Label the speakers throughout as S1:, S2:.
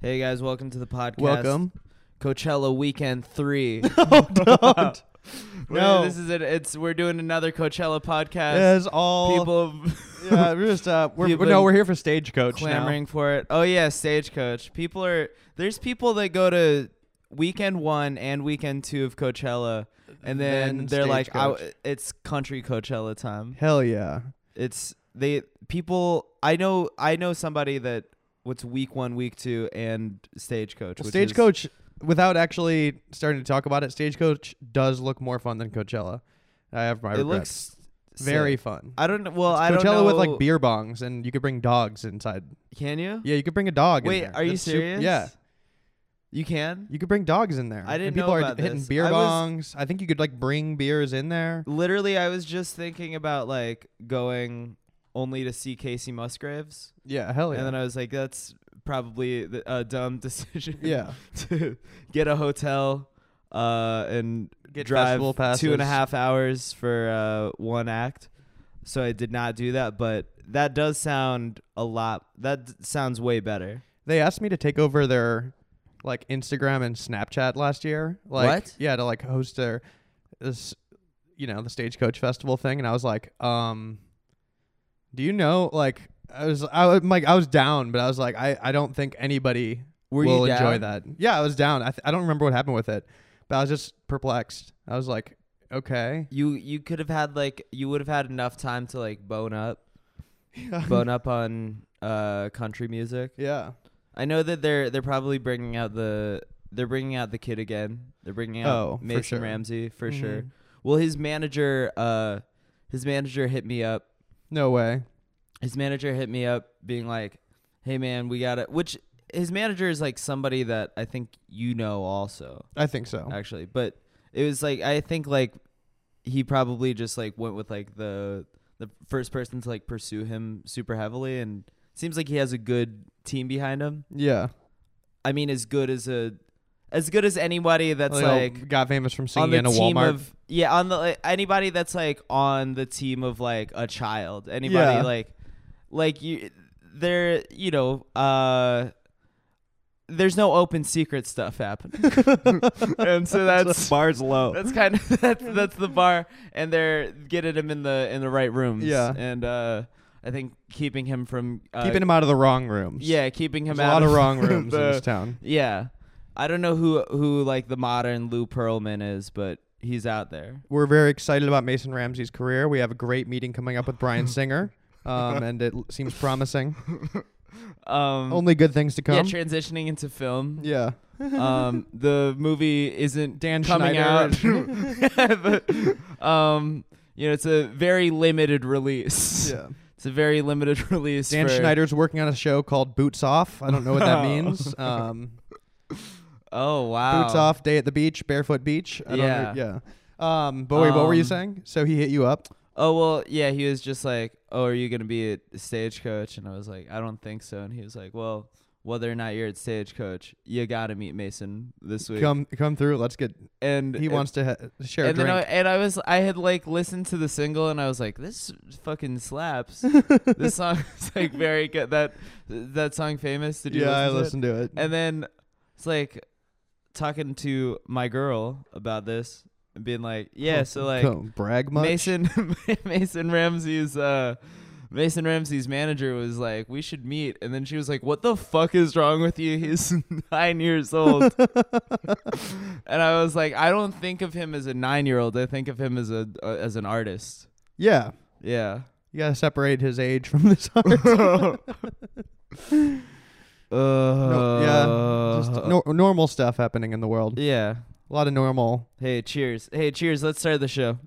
S1: Hey guys, welcome to the podcast.
S2: Welcome.
S1: Coachella Weekend Three.
S2: oh, don't.
S1: We're-
S2: No.
S1: this is it. It's we're doing another Coachella podcast.
S2: As all
S1: People
S2: yeah, we're just uh, we're,
S1: People
S2: we're- no, we're here for stagecoach
S1: clamoring for it. Oh yeah, Stagecoach. People are there's people that go to Weekend One and Weekend Two of Coachella, and then,
S2: Then
S1: they're like, I,
S2: Stagecoach.
S1: "It's country Coachella time."
S2: now. Hell yeah!
S1: It's they people. I know. I know somebody that what's week one, week two, and Stagecoach.
S2: Well,
S1: which is-
S2: stagecoach, without actually starting to talk about it, stagecoach does look more fun than Coachella. I have my
S1: it
S2: regrets.
S1: looks
S2: very
S1: sick.
S2: fun.
S1: I don't. know- Well, I don't
S2: Coachella
S1: know.
S2: with like beer bongs, and you could bring dogs inside.
S1: Can you?
S2: Yeah, you could bring a dog. in
S1: Wait,
S2: there.
S1: are you
S2: That's sup-
S1: serious?
S2: yeah,
S1: You can?
S2: you could bring dogs in there.
S1: I
S2: And
S1: didn't
S2: people
S1: know
S2: are
S1: about
S2: hitting
S1: this.
S2: beer
S1: I was-
S2: bongs. I think you could like bring beers in there.
S1: Literally, I was just thinking about like going only to see Casey Musgraves,
S2: Yeah, hell Oh, yeah.
S1: and then I was like, that's probably th- a dumb decision.
S2: yeah,
S1: to get a hotel, uh, and
S2: Get
S1: drive
S2: festival
S1: two and a
S2: passes.
S1: half hours for uh one act. So I did not do that, but that does sound a lot. That d- sounds way better.
S2: they asked me to take over their like Instagram and Snapchat last year. Like,
S1: What?
S2: Yeah, to like host their this, you know, the Stagecoach Festival thing, and I was like, um, do you know, like, I was, I was like, I was down, but I was like, I, I don't think anybody
S1: Were you
S2: will enjoy
S1: down?
S2: that. Yeah, I was down. I, th- I don't remember what happened with it, but I was just perplexed. I was like, okay,
S1: You you could have had like you would have had enough time to like bone up,
S2: Yeah.
S1: bone up on uh country music.
S2: yeah,
S1: I know that they're they're probably bringing out the they're bringing out the kid again. They're bringing out
S2: Oh, for
S1: Mason
S2: sure.
S1: Ramsey for sure.
S2: Mhm.
S1: Well, his manager uh his manager hit me up.
S2: No way.
S1: His manager hit me up being like, "Hey man, we got to which his manager is like somebody that I think you know also
S2: I think so.
S1: actually. But it was like I think like he probably just like went with like the the first person to like pursue him super heavily and seems like he has a good team behind him.
S2: yeah,
S1: I mean, as good as a, as good as anybody that's
S2: oh,
S1: like,
S2: got famous from
S1: on
S2: singing
S1: the
S2: in a
S1: team
S2: Walmart.
S1: of yeah, on the like, anybody that's like on the team of like a child, anybody
S2: Yeah.
S1: like, like you, there, you know, uh, there's no open secret stuff happening, and so that's
S2: bars low.
S1: that's kind of that's that's the bar, and they're getting him in the in the right rooms,
S2: Yeah.
S1: and uh, I think keeping him from uh,
S2: keeping him out of the wrong rooms.
S1: yeah, keeping him
S2: There's a
S1: out
S2: lot of wrong rooms in
S1: the-
S2: this town.
S1: Yeah. I don't know who who like the modern Lou Pearlman is, but he's out there.
S2: We're very excited about Mason Ramsey's career. We have a great meeting coming up with Brian Singer, um, and it l- seems promising.
S1: Um
S2: Only good things to
S1: yeah,
S2: come.
S1: transitioning into film.
S2: Yeah.
S1: Um the movie isn't
S2: Dan
S1: coming
S2: Schneider.
S1: out. But, um you know, it's a very limited release.
S2: yeah.
S1: It's a very limited release.
S2: Dan
S1: for-
S2: Schneider's working on a show called Boots Off. I don't know what that means. Um,
S1: Oh wow.
S2: Boots Off, Day at the Beach, Barefoot Beach. I
S1: Yeah.
S2: Don't know, yeah. Um, but wait, what were you
S1: Um,
S2: saying? So he hit you up.
S1: Oh well, yeah. He was just like, "Oh, are you gonna be at Stagecoach?" And I was like, "I don't think so." And he was like, "Well, whether or not you're at Stagecoach, you gotta meet Mason this week."
S2: Come come through. Let's get.
S1: and
S2: He
S1: and-
S2: wants to ha- share a
S1: And then I,
S2: drink.
S1: and I was I had like listened to the single and I was like, "This fucking slaps." this song is like very good. That that song, famous. Did you?
S2: yeah, I
S1: listen to it?
S2: listened to it.
S1: And then it's like talking to my girl about this and being like,
S2: Oh,
S1: "Yeah, so like."
S2: Don't brag much.
S1: Mason Mason Ramsey's uh Mason Ramsey's manager was like, "We should meet," and then she was like, "What the fuck is wrong with you? He's nine years old." and I was like, "I don't think of him as a nine-year-old. I think of him as a uh, as an artist."
S2: Yeah.
S1: Yeah. Uh,
S2: You gotta separate his age from this art. yeah, just nor- normal stuff happening in the world.
S1: uh, yeah.
S2: A lot of normal.
S1: Hey, cheers. Hey, cheers. Let's start the show.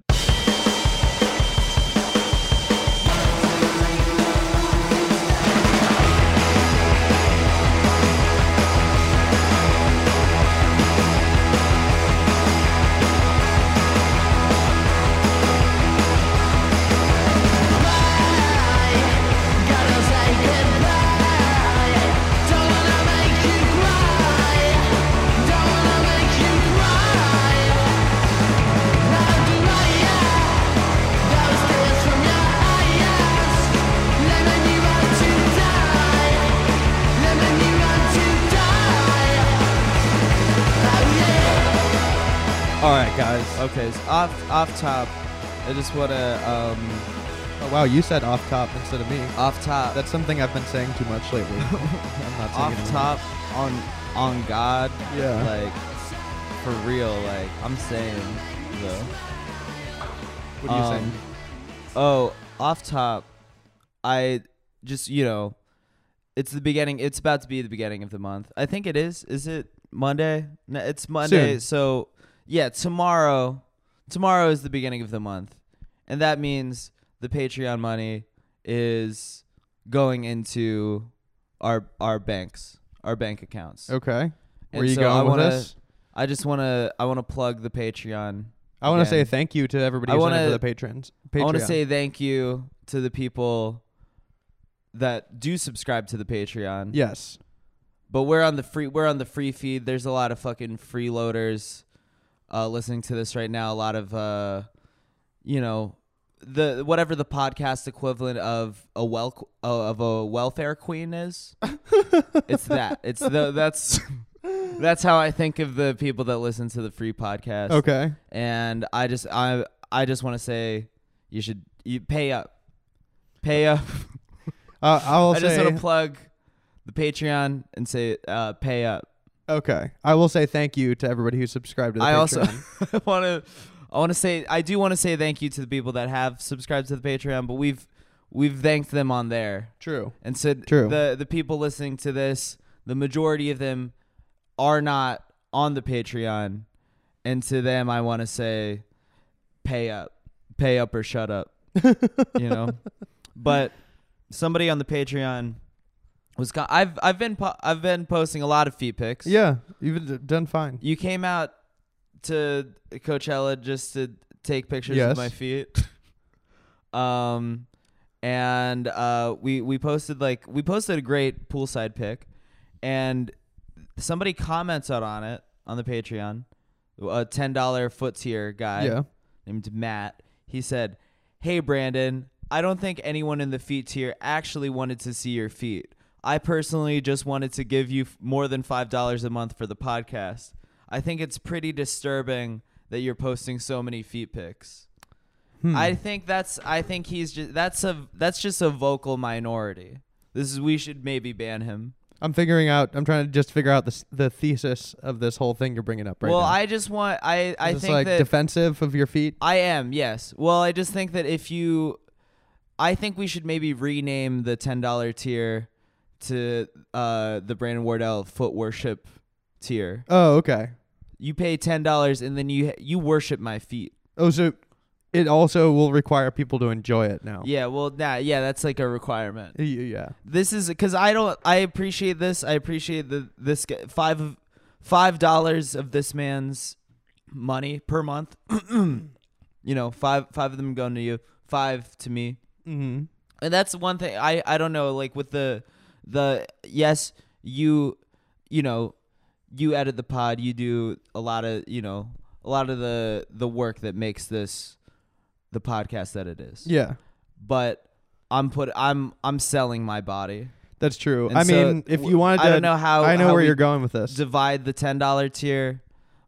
S3: Don't wanna make you cry.
S2: guys. Oh,
S1: Okay, so off off top, I just wanna um
S2: Oh, wow, you said off top instead of me.
S1: off top
S2: That's something I've been saying too much lately. I'm not saying it
S1: off
S2: anymore.
S1: top on on God.
S2: Yeah.
S1: Like for real, like I'm saying though.
S2: What do you
S1: Um,
S2: think?
S1: Oh, off top, I just you know, it's the beginning. It's about to be the beginning of the month. I think it is. Is it Monday? No, it's Monday.
S2: Soon.
S1: So yeah, tomorrow. Tomorrow is the beginning of the month, and that means the Patreon money is going into our our banks, our bank accounts.
S2: Okay. Where
S1: And
S2: you
S1: so
S2: going
S1: I
S2: with
S1: wanna-
S2: this?
S1: I just wanna I wanna plug the Patreon.
S2: I want to say
S1: again.
S2: thank you to everybody
S1: I
S2: who signed up
S1: wanna-
S2: for the patrons.
S1: I want to
S2: Patreon.
S1: say thank you to the people that do subscribe to the Patreon.
S2: yes.
S1: But we're on the free we're on the free feed. There's a lot of fucking freeloaders uh listening to this right now. A lot of uh you know the whatever the podcast equivalent of a well uh, of a welfare queen is. it's that. It's the that's that's how I think of the people that listen to the free podcast
S2: Okay.
S1: and I just I I just want to say you should you pay up, pay up.
S2: Uh, I will
S1: I just
S2: say
S1: want to plug the Patreon and say uh, pay up.
S2: okay. I will say thank you to everybody who subscribed to the
S1: I
S2: Patreon.
S1: also want to I want to say I do want to say thank you to the people that have subscribed to the Patreon, but we've we've thanked them on there
S2: true.
S1: and so
S2: True.
S1: the the people listening to this, the majority of them are not on the Patreon, and to them I want to say, pay up, pay up or shut up, you know. But somebody on the Patreon was co- I've I've been po- I've been posting a lot of feet pics.
S2: Yeah, you've d- done fine.
S1: you came out to Coachella just to take pictures
S2: Yes.
S1: of my feet. Um, and uh, we we posted like we posted a great poolside pic, and somebody comments out on it on the Patreon, a ten dollar foot tier guy
S2: yeah.
S1: named Matt. He said, "Hey Brandon, I don't think anyone in the feet tier actually wanted to see your feet. I personally just wanted to give you f- more than $5 a month for the podcast. I think it's pretty disturbing that you're posting so many feet pics."
S2: Hmm.
S1: I think that's I think he's just that's a that's just a vocal minority. This is we should maybe ban him.
S2: I'm figuring out. I'm trying to just figure out this the thesis of this whole thing you're bringing up right
S1: well,
S2: now.
S1: I just want I I
S2: Is this,
S1: think
S2: like
S1: that
S2: defensive of your feet.
S1: I am, yes. Well, I just think that if you I think we should maybe rename the ten dollar tier to uh the Brandon Wardell foot worship tier.
S2: Oh, okay.
S1: You pay ten dollars and then you you worship my feet.
S2: Oh, so it also will require people to enjoy it now.
S1: Yeah, well, nah, yeah, that's like a requirement.
S2: Y- Yeah.
S1: This is because I don't. I appreciate this. I appreciate the this guy, five of five dollars of this man's money per month. you know, five five of them going to you, five to me.
S2: Mm-hmm.
S1: and that's one thing I I don't know like with the the yes you you know you edit the pod you do a lot of you know a lot of the the work that makes this the podcast that it is
S2: Yeah.
S1: but I'm put I'm I'm selling my body
S2: That's true.
S1: And
S2: I
S1: so
S2: mean, if
S1: w-
S2: you wanted to,
S1: I don't know how-
S2: I know
S1: how
S2: where
S1: we
S2: you're going with this.
S1: divide the ten dollar tier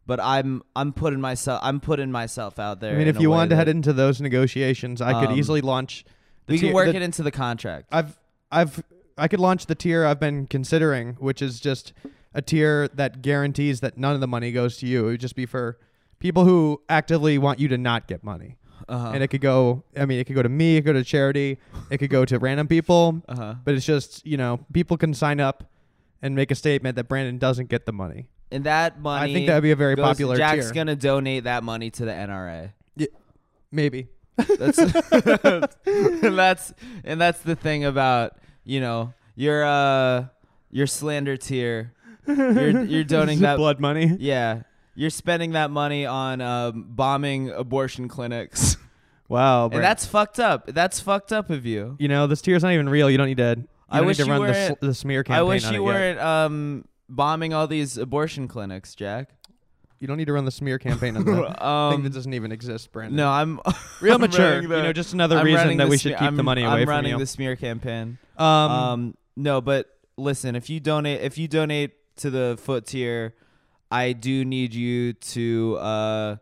S1: but I'm I'm putting myself I'm putting myself out there
S2: I mean,
S1: in
S2: if
S1: a
S2: you
S1: way
S2: wanted to head
S1: that
S2: into those negotiations, I could
S1: Um,
S2: easily launch. The
S1: we can
S2: tier-
S1: work
S2: the-
S1: it into the contract
S2: I've, I've, I could launch the tier I've been considering, which is just a tier that guarantees that none of the money goes to you. It would just be for people who actively want you to not get money.
S1: uh-huh.
S2: And it could go. I mean, it could go to me. It could go to charity. It could go to random people.
S1: uh-huh
S2: But it's just you know people can sign up and make a statement that Brandon doesn't get the money.
S1: and that money
S2: I think that would be a very
S1: goes-
S2: popular
S1: Jack's
S2: tier.
S1: gonna donate that money to the NRA
S2: Maybe.
S1: That's and that's and that's the thing about you know your uh your slander tier. You're you're donating that
S2: blood money.
S1: yeah. You're spending that money on um, bombing abortion clinics,
S2: Wow,
S1: and
S2: Brandon.
S1: that's fucked up. That's fucked up of you.
S2: you know this tier's not even real. You don't need to. You
S1: I
S2: don't
S1: wish
S2: need to
S1: you
S2: run the,
S1: weren't-
S2: sl- the smear campaign.
S1: I wish
S2: on
S1: you
S2: it yet.
S1: weren't um, bombing all these abortion clinics, Jack.
S2: You don't need to run the smear campaign on that. I think
S1: Um,
S2: that doesn't even exist, Brandon.
S1: no, I'm
S2: real
S1: I'm
S2: mature.
S1: running the-
S2: you know, just another
S1: I'm
S2: reason
S1: running
S2: that
S1: the
S2: we should
S1: smear-
S2: keep the
S1: I'm-
S2: money away
S1: I'm
S2: from
S1: running
S2: you.
S1: the smear campaign.
S2: um,
S1: Um, no, but listen, if you donate, if you donate to the foot tier, I do need you to uh,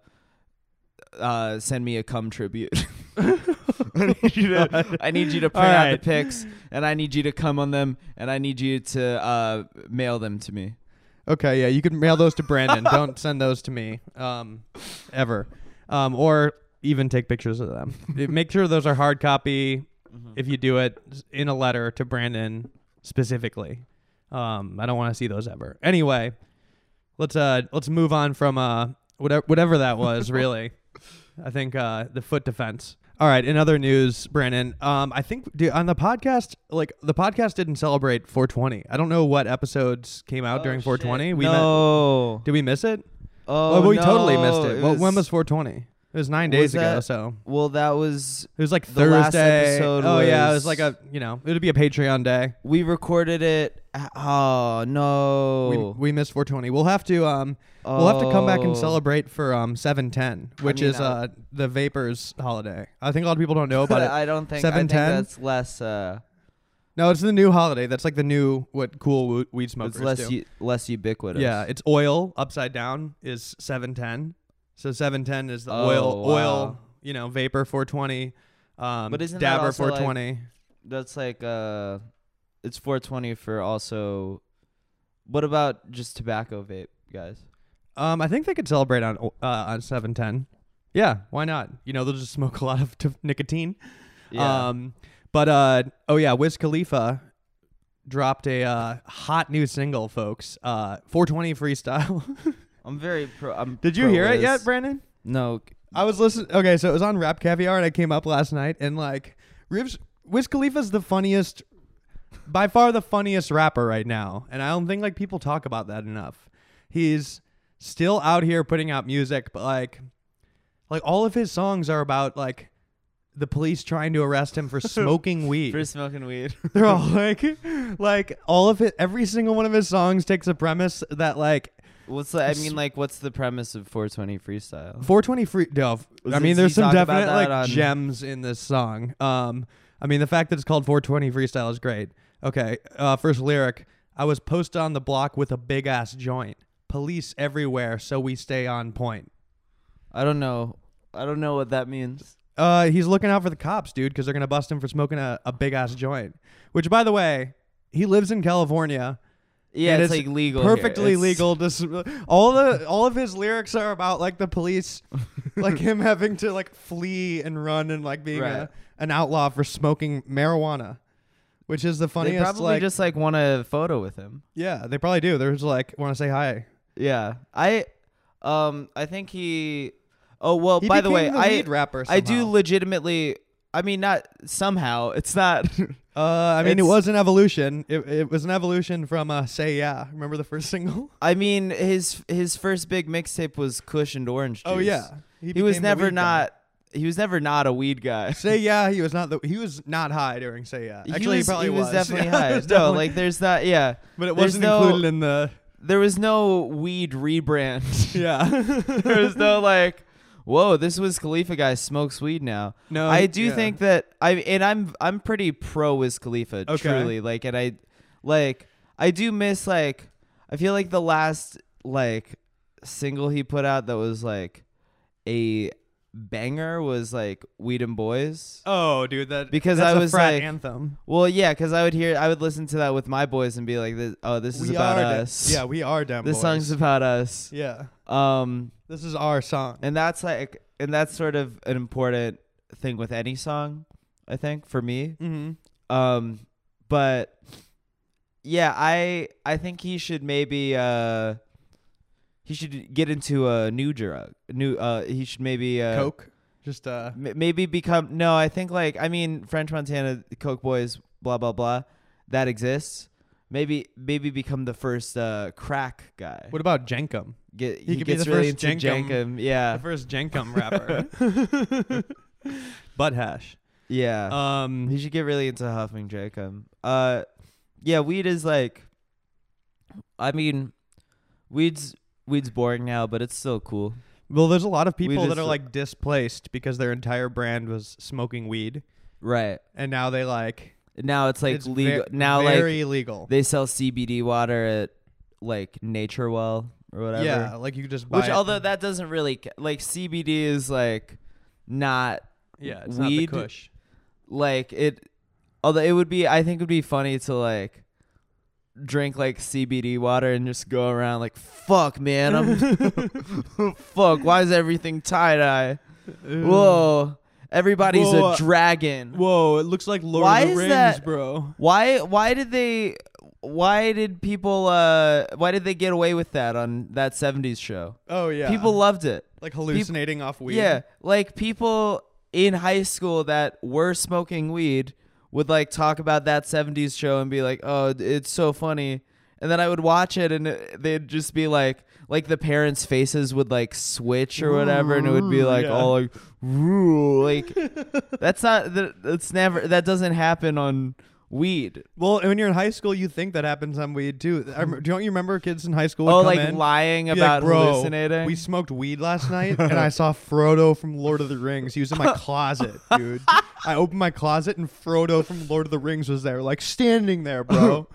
S1: uh, send me a cum tribute. I, need you to, I need you to print
S2: All
S1: out
S2: right.
S1: the pics, and I need you to cum on them, and I need you to uh, mail them to me.
S2: Okay, yeah, you can mail those to Brandon. Don't send those to me, um, ever, um, or even take pictures of them. Make sure those are hard copy. If you do it in a letter to Brandon specifically, um, I don't want to see those ever. Anyway, let's uh, let's move on from uh, whatever whatever that was. really, I think uh, the foot defense. All right. In other news, Brandon, um, I think dude, on the podcast, like the podcast didn't celebrate 420. I don't know what episodes came out during 420. We met-
S1: no.
S2: did we miss it?
S1: oh,
S2: we totally missed it.
S1: no,
S2: Well, when was 420? It was nine
S1: Was
S2: days ago,
S1: that-
S2: so
S1: Well, that was
S2: it was like
S1: the last
S2: Thursday.
S1: episode
S2: oh yeah, it
S1: was-
S2: was like a you know it would be a Patreon day.
S1: we recorded it. Oh no.
S2: We, we missed 420. We'll have to um we'll have to come back and
S1: Oh.
S2: celebrate for um 710, which
S1: mean,
S2: is
S1: I-
S2: uh the vapors holiday. I think a lot of people don't know about it.
S1: I don't think I think
S2: 710?
S1: that's less uh
S2: No, it's the new holiday. That's like the new what cool wo- weed smokers
S1: it's less
S2: do.
S1: u- less ubiquitous.
S2: yeah, it's oil upside down is seven ten. So seven ten is the
S1: Oh,
S2: oil
S1: wow.
S2: oil you know vapor four twenty. Um,
S1: But isn't that
S2: dabber
S1: also, like-
S2: 420?
S1: That's like uh it's 420 for also What about just tobacco vape, guys?
S2: um, I think they could celebrate on uh, on seven ten. Yeah, why not? You know, they'll just smoke a lot of t- nicotine. Um, but uh, oh yeah, Wiz Khalifa dropped a uh, hot new single, folks. Uh, 420 freestyle.
S1: I'm very pro I'm
S2: Did you
S1: pro
S2: hear it
S1: Wiz.
S2: yet, Brandon?
S1: No.
S2: I was listening. Okay, so it was on Rap Caviar, and I came up last night, and like, Rivs, Wiz Khalifa's the funniest, by far the funniest rapper right now, and I don't think like people talk about that enough. He's still out here putting out music, but like, like all of his songs are about like the police trying to arrest him for smoking weed.
S1: For smoking weed.
S2: They're all like, like all of it. Every single one of his songs takes a premise that like
S1: what's the, I mean like what's the premise of 420 freestyle?
S2: 420 free. No, f-
S1: Was
S2: I
S1: it-
S2: mean, there's
S1: he
S2: some
S1: talked about
S2: definite
S1: that
S2: like
S1: on-
S2: gems in this song. Um, I mean, the fact that it's called 420 freestyle is great. Okay, uh, first lyric: I was posted on the block with a big ass joint. Police everywhere, so we stay on point.
S1: I don't know. I don't know what that means.
S2: Uh, he's looking out for the cops, dude, because they're gonna bust him for smoking a, a big ass joint. Which, by the way, he lives in California.
S1: Yeah,
S2: and
S1: it's, like legal. here.
S2: perfectly
S1: It's-
S2: legal to s- all the all of his lyrics are about like the police like him having to like flee and run and like being
S1: Right.
S2: a, an outlaw for smoking marijuana which is the funniest
S1: They probably
S2: like
S1: just like want a photo with him.
S2: yeah they probably do they're just like want to say hi
S1: Yeah. I um I think he Oh well,
S2: He
S1: by the way,
S2: became
S1: I
S2: lead rapper
S1: I do
S2: somehow.
S1: legitimately I mean not somehow. It's not
S2: uh i mean it
S1: It's-
S2: was an evolution it, it was an evolution from uh say yeah remember the first single
S1: I mean his his first big mixtape was cushioned orange juice.
S2: oh yeah
S1: He, was
S2: became the
S1: never
S2: lead guy.
S1: not he was never not a weed guy.
S2: Say yeah, he was not the he was not high during say yeah. Actually,
S1: he,
S2: he,
S1: was,
S2: probably
S1: he was, definitely
S2: Yeah,
S1: high.
S2: it was
S1: no,
S2: definitely-
S1: like there's not yeah.
S2: but it
S1: there's
S2: wasn't
S1: no-
S2: included in the
S1: There was no weed rebrand.
S2: Yeah.
S1: there was no like whoa this was khalifa guy smokes weed now
S2: No,
S1: i do
S2: Oh, yeah.
S1: think that i and i'm i'm pretty pro Wiz khalifa
S2: Okay.
S1: truly like and i like i do miss like i feel like the last like single he put out that was like a banger was like weed and boys
S2: oh, dude, that
S1: Because
S2: that's
S1: I
S2: a
S1: was
S2: frat
S1: like-
S2: anthem.
S1: well yeah because i would hear i would listen to that with my boys and be like this, oh this is
S2: we
S1: about
S2: are de-
S1: us
S2: yeah, we are dumb.
S1: this
S2: boys.
S1: song's about us
S2: yeah.
S1: um
S2: This is our song.
S1: and that's like and that's sort of an important thing with any song i think for me
S2: Mm-hmm.
S1: um but yeah i i think he should maybe uh he should get into a new drug new uh he should maybe uh
S2: Coke, just uh,
S1: m- maybe become no i think like i mean french montana coke boys blah blah blah that exists maybe maybe become the first uh crack guy
S2: what about Jenkum?
S1: get
S2: he could be
S1: gets
S2: the
S1: really
S2: first
S1: into
S2: Jenkum-
S1: Jenkum. yeah
S2: The first Jenkum rapper. Butt hash.
S1: yeah
S2: Um,
S1: He should get really into huffing Jacob. Uh, yeah, weed is like, I mean, weed's weed's boring now, but it's still cool.
S2: well, there's a lot of people
S1: Weed
S2: that
S1: is
S2: are
S1: the-
S2: like displaced because their entire brand was smoking weed,
S1: Right
S2: and now they like
S1: now, it's like
S2: it's
S1: legal.
S2: ve-
S1: now,
S2: very legal.
S1: like they sell CBD water at like Nature Well or whatever.
S2: Yeah, like you could just buy
S1: Which,
S2: it.
S1: although that doesn't really ca- like CBD is like not
S2: yeah, it's
S1: weed-
S2: not the kush.
S1: like it. Although it would be, I think it would be funny to like drink like CBD water and just go around like fuck, man, I'm fuck. Why is everything tie dye? Whoa, everybody's
S2: Whoa.
S1: a dragon.
S2: Whoa, it looks like Lord
S1: Why
S2: of the
S1: is
S2: Rings,
S1: that-
S2: bro.
S1: Why? Why did they? Why did people? Uh, why did they get away with that on that '70s show?
S2: Oh yeah.
S1: People loved it.
S2: like hallucinating off weed.
S1: Yeah, like people in high school that were smoking weed would like talk about that 70s show and be like, "Oh, it's so funny." And then I would watch it and it- they'd just be like like the parents' faces would like switch or whatever and it would be like
S2: Yeah.
S1: all like "Ooh," like that's not that- that's never that doesn't happen on weed.
S2: Well, when you're in high school, you think that happens on weed too. I rem- don't you remember kids in high school? Would
S1: oh,
S2: come
S1: like
S2: in,
S1: lying
S2: be like,
S1: about
S2: "Bro,
S1: hallucinating.
S2: We smoked weed last night, and I saw Frodo from Lord of the Rings. He was in my closet, dude. I opened my closet, and Frodo from Lord of the Rings was there, like standing there, bro.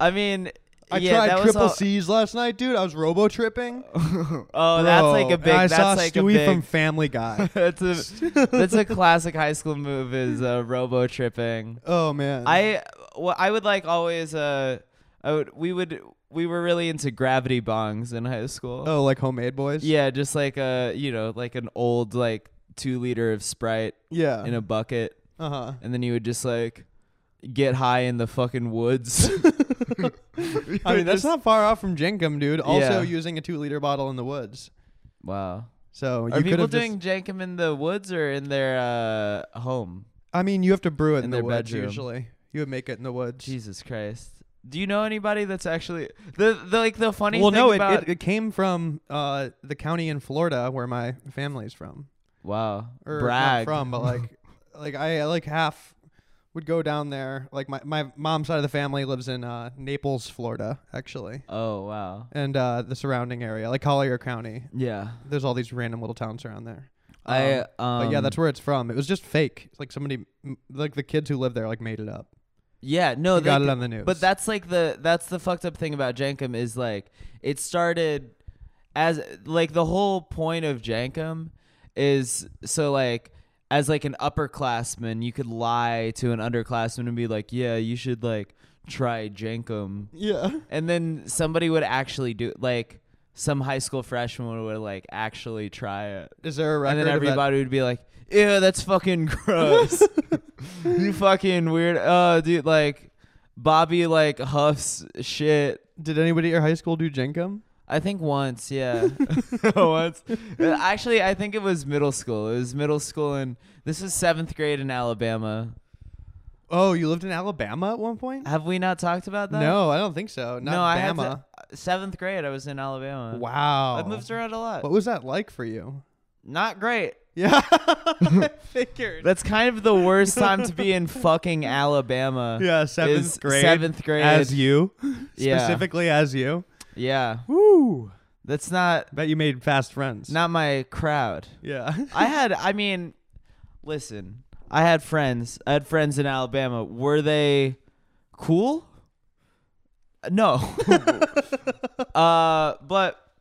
S1: I mean,
S2: I
S1: yeah, that was
S2: tried triple
S1: all-
S2: C's last night, dude. I was robo tripping.
S1: Oh, that's like a big.
S2: I
S1: that's
S2: saw
S1: like
S2: Stewie
S1: a big,
S2: from Family Guy.
S1: that's a that's a classic high school move is uh, robo tripping.
S2: oh man,
S1: I well, I would like always uh I would we would we were really into gravity bongs in high school.
S2: oh like homemade boys.
S1: Yeah, just like a you know like an old like two liter of Sprite
S2: yeah.
S1: in a bucket,
S2: uh huh.
S1: and then you would just like get high in the fucking woods.
S2: I mean, that's
S1: Just-
S2: not far off from Jenkum, dude.
S1: Yeah.
S2: Also using a two liter bottle in the woods.
S1: wow.
S2: So
S1: Are
S2: you could
S1: people
S2: have just-
S1: doing jankum in the woods or in their uh, home?
S2: I mean, you have to brew it in,
S1: in
S2: the
S1: their
S2: woods
S1: bedroom?
S2: usually. You would make it in the woods.
S1: Jesus Christ. Do you know anybody that's actually the, the like the funny
S2: well,
S1: thing
S2: no, it,
S1: about
S2: it, it came from uh, the county in Florida where my family's from.
S1: wow
S2: Or
S1: brag
S2: not from, but like, like I I, like half would go down there. Like my my mom's side of the family lives in uh, Naples, Florida, actually,
S1: oh wow
S2: and uh, the surrounding area, like Collier County.
S1: yeah
S2: There's all these random little towns around there.
S1: I
S2: Um,
S1: um,
S2: But yeah, that's where it's from. It was just fake. It's like somebody, m- like the kids who live there, like made it up.
S1: yeah no
S2: They
S1: Oh, they
S2: got
S1: d-
S2: it on the news.
S1: but that's like the that's the fucked up thing about Jankum is like it started as like the whole point of Jankum is so like as like an upperclassman you could lie to an underclassman and be like yeah you should like try Jankum
S2: yeah,
S1: And then somebody would actually do like some high school freshman would like actually try it.
S2: is there a record?
S1: And then
S2: of that-
S1: everybody would be like, "Ew, that's fucking gross. you fucking weird. Oh, dude, like Bobby like huffs shit.
S2: Did anybody at your high school do Jenkum?
S1: I think once, yeah. once. Actually, I think it was middle school. It was middle school and this is 7th grade in Alabama.
S2: Oh, you lived in Alabama at one point?
S1: Have we not talked about that?
S2: No, I don't think so. Not
S1: no, I had
S2: Bama.
S1: to- 7th grade I was in Alabama.
S2: wow.
S1: I've moved around a lot.
S2: What was that like for you?
S1: Not great.
S2: Yeah. I figured.
S1: That's kind of the worst time to be in fucking Alabama.
S2: yeah, seventh
S1: Is
S2: grade.
S1: seventh grade.
S2: As you.
S1: Yeah.
S2: Specifically as you.
S1: Yeah.
S2: Woo.
S1: That's not
S2: Bet you made fast friends.
S1: not my crowd.
S2: Yeah.
S1: I had I mean, listen. I had friends. I had friends in Alabama. Were they cool? No. uh but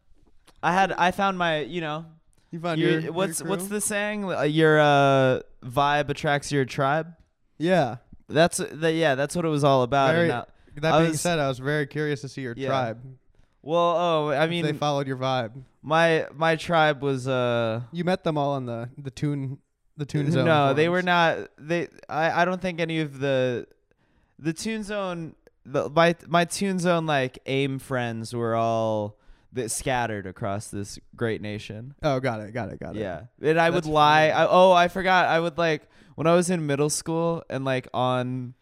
S1: I had I found my, you know,
S2: you found
S1: your,
S2: your, your
S1: what's what's
S2: crew?
S1: the saying? Uh, Your uh vibe attracts your tribe.
S2: Yeah.
S1: That's that yeah, that's what it was all about. uh, in
S2: Very-
S1: Al-
S2: That
S1: I
S2: being
S1: was-
S2: said, I was very curious to see your
S1: Yeah.
S2: tribe.
S1: Well, oh, I
S2: If they
S1: mean,
S2: followed your vibe.
S1: my my tribe was uh
S2: You met them all on the the tune the tune zone.
S1: no, they were
S2: forums.
S1: not. They I I don't think any of the the Toon Zone the my my Toon Zone like aim friends were all that scattered across this great nation.
S2: Oh, got it, got it, got it.
S1: Yeah, and I
S2: That's
S1: would lie. I, oh, I forgot. I would like when I was in middle school and like on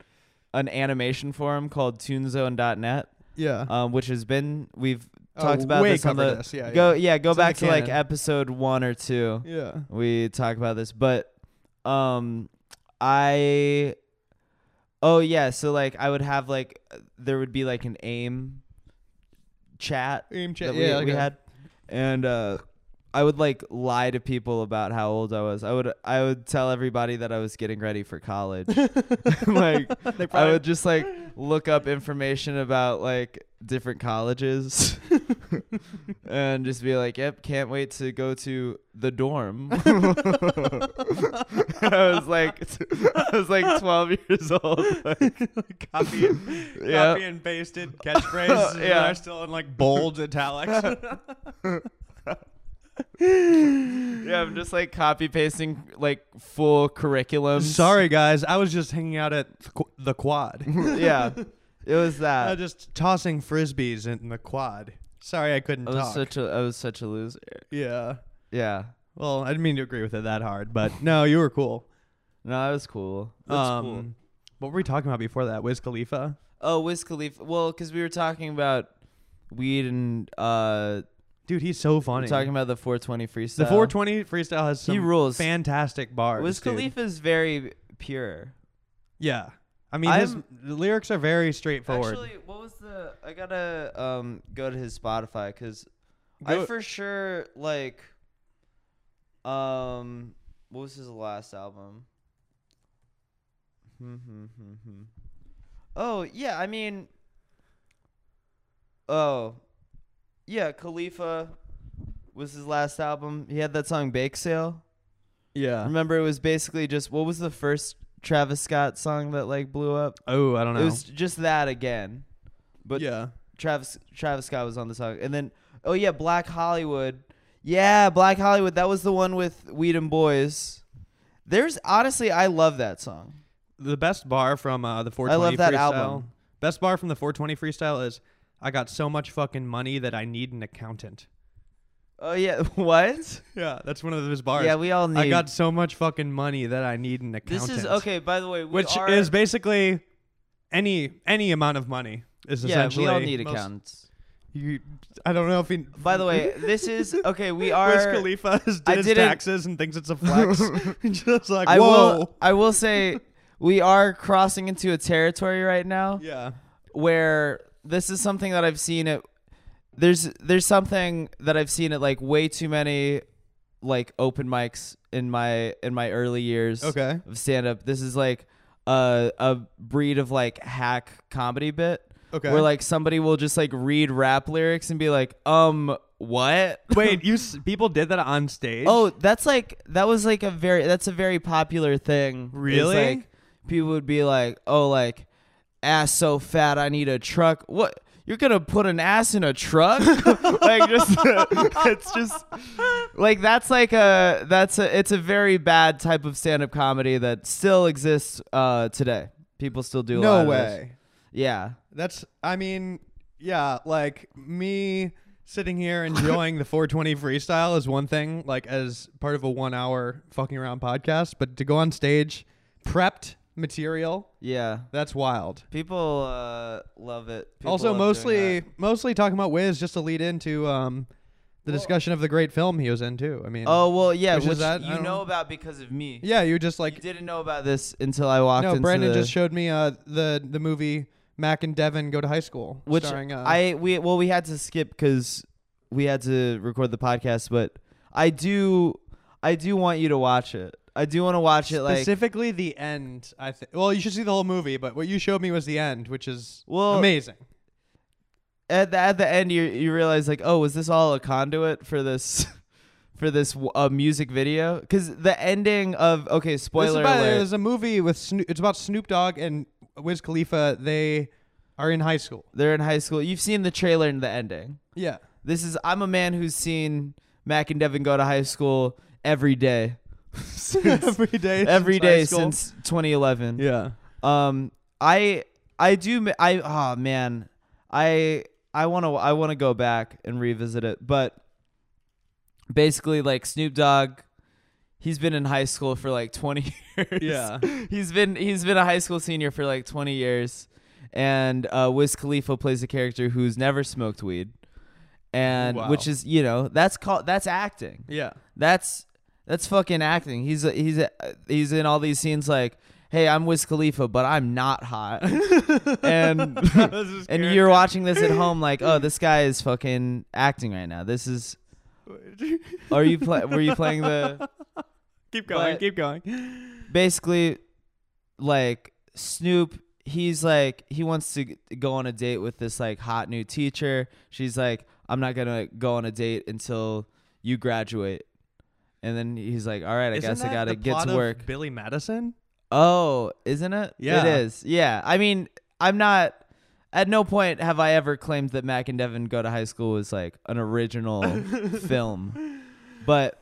S1: an animation forum called ToonZone.net,
S2: Yeah.
S1: um, which has been we've
S2: Oh,
S1: talked about
S2: way
S1: this on
S2: covered
S1: the
S2: this, yeah,
S1: go
S2: yeah.
S1: go
S2: It's in the
S1: back to like
S2: canon.
S1: episode one or two
S2: yeah.
S1: we talk about this but um I oh yeah so like I would have like uh, there would be like an aim chat
S2: Aim
S1: that
S2: chat.
S1: we,
S2: Yeah,
S1: we had and uh I would like lie to people about how old I was. I would I would tell everybody that I was getting ready for college. like
S2: They
S1: I
S2: probably-
S1: would just like look up information about like different colleges and just be like, "Yep, can't wait to go to the dorm." I was like I was like 12 years old.
S2: copy, and,
S1: Yeah.
S2: copy and pasted catchphrases. and
S1: Yeah.
S2: they're still in like bold italics.
S1: yeah, I'm just like copy pasting like full curriculum.
S2: Sorry guys, I was just hanging out at the qu- the quad.
S1: yeah. It was
S2: I
S1: that.
S2: was just tossing frisbees in the quad. Sorry, I couldn't
S1: I was
S2: talk.
S1: such a I was such a loser.
S2: yeah.
S1: Yeah.
S2: Well, I didn't mean to agree with it that hard, but no, you were cool.
S1: No, that was cool. That's
S2: Um,
S1: cool.
S2: What were we talking about before that? Wiz Khalifa.
S1: Oh, Wiz Khalifa. Well, because we were talking about weed and uh,
S2: Dude, he's so
S1: we
S2: funny.
S1: were talking about the 420 freestyle.
S2: the 420 freestyle has some
S1: He rules.
S2: fantastic bars.
S1: Wiz
S2: dude.
S1: Khalifa is very pure.
S2: Yeah. I mean, his
S1: I'm-
S2: the lyrics are very straightforward.
S1: Actually, what was the? I gotta um go to his Spotify because
S2: Go-
S1: I for sure like um what was his last album? Hmm, hmm, hmm, hmm. oh yeah, I mean, oh yeah, Khalifa was his last album. He had that song Bake Sale.
S2: yeah.
S1: Remember, it was basically just what was the first Travis Scott song that like blew up?
S2: Oh, I don't know.
S1: It was just that again. But
S2: yeah.
S1: Travis Travis Scott was on the song. And then oh yeah, Black Hollywood. Yeah, Black Hollywood. That was the one with Weed and Boys. There's honestly I love that song.
S2: The best bar from uh, the 420
S1: I love that
S2: freestyle.
S1: album.
S2: Best bar from the 420 freestyle is I got so much fucking money that I need an accountant.
S1: Oh yeah, what?
S2: Yeah, that's one of his bars.
S1: Yeah, we all need
S2: I got so much fucking money that I need an
S1: This
S2: accountant.
S1: is okay, by the way, we
S2: Which
S1: are,
S2: is basically any any amount of money is
S1: Yeah,
S2: essentially
S1: we all need
S2: most-
S1: accountants.
S2: You, I don't know if he.
S1: By the way, this is okay, we are
S2: Wiz Khalifa has
S1: I
S2: did his
S1: didn't-
S2: taxes and thinks it's a flex. Just like
S1: I
S2: whoa.
S1: will I will say we are crossing into a territory right now.
S2: Yeah.
S1: where this is something that I've seen at there's there's something that I've seen at like way too many like open mics in my in my early years
S2: Okay.
S1: of stand up. This is like a a breed of like hack comedy bit.
S2: Okay.
S1: Where like somebody will just like read rap lyrics and be like, um, what?
S2: Wait, you s- people did that on stage?
S1: Oh, that's like that was like a very that's a very popular thing. It's
S2: Really?
S1: like people would be like, "Oh, like ass so fat I need a truck." What? You're going to put an ass in a truck? like just it's just like that's like a that's a it's a very bad type of stand-up comedy that still exists uh today. People still do a lot
S2: no
S1: of this.
S2: way.
S1: Yeah.
S2: That's. I mean, yeah. Like me sitting here enjoying the 420 freestyle is one thing. Like as part of a one-hour fucking around podcast, but to go on stage, prepped material,
S1: Yeah.
S2: that's wild.
S1: People uh love it. People
S2: also,
S1: love doing
S2: mostly
S1: that.
S2: mostly talking about Wiz just to lead into um, the discussion of the great film he was in too. I mean,
S1: Oh, well, yeah,
S2: Which
S1: which,
S2: is that- I
S1: you
S2: don't know.
S1: know about because of me.
S2: yeah, you just like
S1: You didn't know about this until I walked
S2: No,
S1: into
S2: Brandon
S1: the,
S2: just showed me uh, the the movie Mac and Devin Go to High School,
S1: which
S2: starring, uh,
S1: I we well we had to skip because we had to record the podcast, but I do I do want you to watch it. I do want to watch it like
S2: specifically the end. I think. Well, you should see the whole movie, but what you showed me was the end, which is
S1: Well-
S2: amazing.
S1: at the at the end you you realize like oh was this all a conduit for this for this w- uh, music video because the ending of okay
S2: This is
S1: spoiler
S2: about-
S1: alert
S2: There's a movie with Snoop, it's about Snoop Dogg and Wiz Khalifa. They are in high school.
S1: they're in high school you've seen the trailer and the ending
S2: Yeah,
S1: This is I'm a man who's seen Mac and Devin go to high school every day.
S2: every day,
S1: every
S2: since high
S1: day
S2: school.
S1: since 2011.
S2: yeah.
S1: Um I I do mi- I oh man. I I want to I want to go back and revisit it, but basically like Snoop Dogg he's been in high school for like 20 years.
S2: Yeah.
S1: he's been he's been a high school senior for like 20 years and uh Wiz Khalifa plays a character who's never smoked weed. And
S2: Wow.
S1: which is, you know, that's called that's acting.
S2: Yeah,
S1: That's that's fucking acting. He's he's he's in all these scenes like, "Hey, I'm Wiz Khalifa, but I'm not hot." and and you're watching this at home like, "Oh, this guy is fucking acting right now. This is Are you play? Were you playing the?
S2: keep going,
S1: But-
S2: keep going.
S1: Basically, like Snoop, he's like he wants to g- go on a date with this like hot new teacher. She's like, I'm not gonna go on a date until you graduate. And then he's like, All right, I guess I gotta get to work.
S2: Billy Madison.
S1: Oh, isn't it?
S2: Yeah.
S1: It is. Yeah. I mean, I'm not at no point have I ever claimed that Mac and Devin Go to High School was like an original film. But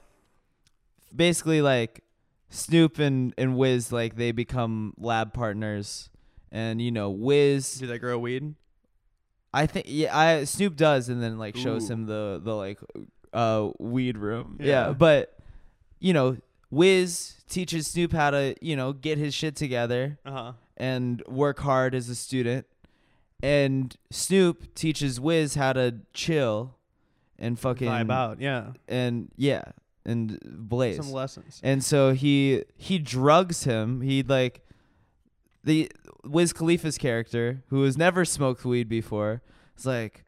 S1: basically like Snoop and, and Wiz, like they become lab partners and you know, Wiz
S2: Do they grow weed?
S1: I think yeah, I Snoop does, and then like shows
S2: Ooh.
S1: him the the like uh weed room. Yeah.
S2: Yeah.
S1: but you know, Wiz teaches Snoop how to you know get his shit together
S2: Uh huh.
S1: and work hard as a student, and Snoop teaches Wiz how to chill and fucking
S2: Vibe out, yeah.
S1: and yeah and blaze
S2: Some lessons.
S1: and so he he drugs him. He like the Wiz Khalifa's character, who has never smoked weed before, is like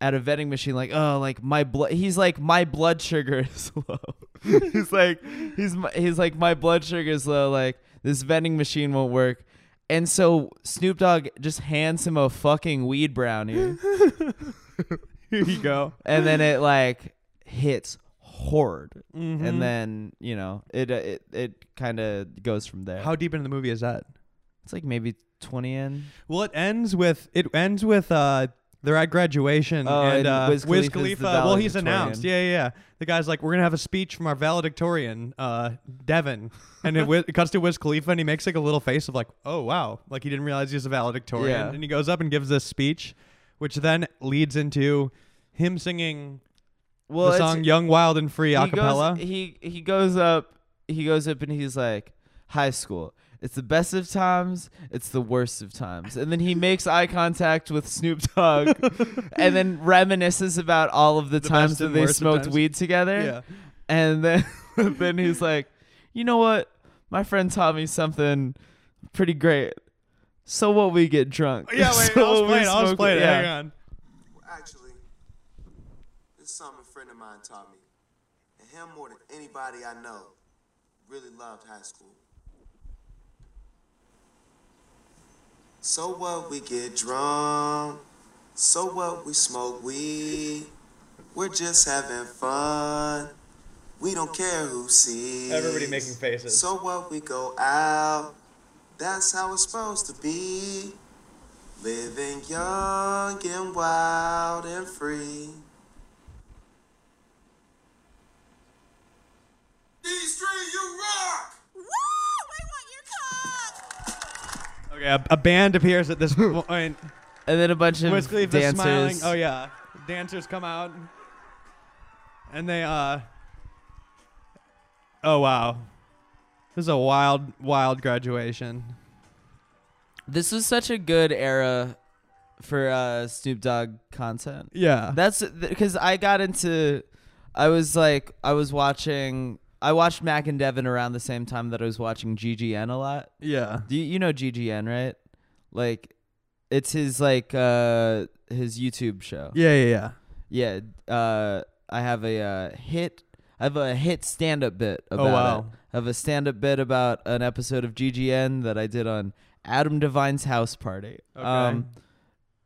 S1: at a vending machine, like oh, like my blood. He's like my blood sugar is low. he's like he's my, he's like my blood sugar is low. Like this vending machine won't work. And so Snoop Dogg just hands him a fucking weed brownie,
S2: Here you go.
S1: and then it like hits hard
S2: Mhm.
S1: and then you know it uh, it it kind of goes from there.
S2: how deep into the movie is that?
S1: it's like maybe twenty in.
S2: Well, it ends with it ends with uh they're at graduation
S1: Oh,
S2: and,
S1: and
S2: uh,
S1: Wiz
S2: Wiz
S1: Khalifa's the
S2: Khalifa. Well, he's announced. Yeah, yeah, yeah. The guy's like, "We're gonna have a speech from our valedictorian, uh, Devin," and it, Wiz- it cuts to Wiz Khalifa, and he makes like a little face of like, "Oh wow," like he didn't realize he was a valedictorian,
S1: Yeah.
S2: and he goes up and gives this speech, which then leads into him singing
S1: Well,
S2: the
S1: it's-
S2: song "Young, Wild, and Free" a
S1: he
S2: cappella.
S1: goes he he goes up he goes up and he's like high school. It's the best of times. It's the worst of times. And then he makes eye contact with Snoop Dogg, and then reminisces about all of the,
S2: The
S1: times
S2: best
S1: that
S2: and
S1: they
S2: worst of
S1: smoked
S2: times.
S1: weed together.
S2: yeah,
S1: And then then he's like, "You know what? My friend taught me something pretty great. So what we get drunk.
S2: yeah. Wait,
S1: so
S2: I'll
S1: what
S2: play
S1: we
S2: it. I'll
S1: smoke-
S2: play it.
S1: yeah.
S2: Hang on.
S3: Actually, it's something a friend of mine taught me. And him more than anybody I know really loved high school. So what we get drunk, so what we smoke weed, we're just having fun. We don't care who sees.
S2: Everybody making faces.
S3: So what we go out, that's how it's supposed to be. Living young and wild and free. These three, you rock!
S4: Woo! We want your cock!
S2: Okay, a, a band appears at this point.
S1: And then a bunch of
S2: Wiz Khalifa
S1: dancers.
S2: smiling. Oh yeah, dancers come out, and they uh. Oh wow, this is a wild, wild graduation.
S1: This was such a good era for uh, Snoop Dogg content.
S2: Yeah,
S1: That's because I got into. I was like, I was watching. I watched Mac and Devin around the same time that I was watching GGN a lot.
S2: yeah.
S1: Do you, you know GGN, right? Like, it's his like uh his YouTube show.
S2: Yeah, yeah,
S1: Yeah,
S2: yeah.
S1: uh, I have a uh, hit. I have a hit stand-up bit about
S2: Oh, wow.
S1: it. I have a stand-up bit about an episode of GGN that I did on Adam Devine's house party. Um,
S2: Okay.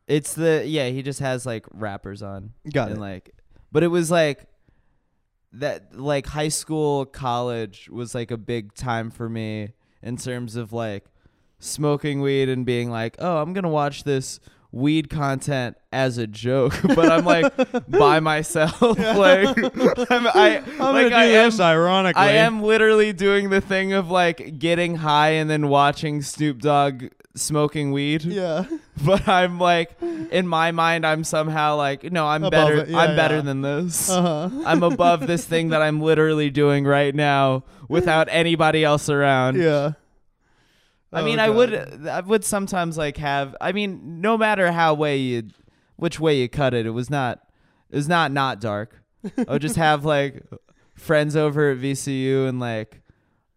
S1: it's the yeah. He just has like rappers on.
S2: Got
S1: and
S2: it.
S1: Like, but it was like that. Like high school, college was like a big time for me in terms of like smoking weed and being like, oh, I'm gonna watch this weed content as a joke, but I'm like by myself. like I'm, I
S2: I'm
S1: like
S2: gonna do
S1: I am.
S2: this ironically.
S1: I am literally doing the thing of like getting high and then watching Snoop Dogg smoking weed.
S2: Yeah.
S1: But I'm like in my mind I'm somehow like no, I'm
S2: Above
S1: better
S2: it. Yeah,
S1: I'm better
S2: yeah.
S1: than this.
S2: Uh huh.
S1: I'm above this thing that I'm literally doing right now without anybody else around.
S2: Yeah.
S1: I
S2: Oh,
S1: mean, I
S2: God.
S1: would I would sometimes like have I mean, no matter how way you which way you cut it, it was not it was not not dark. I would just have like friends over at VCU and like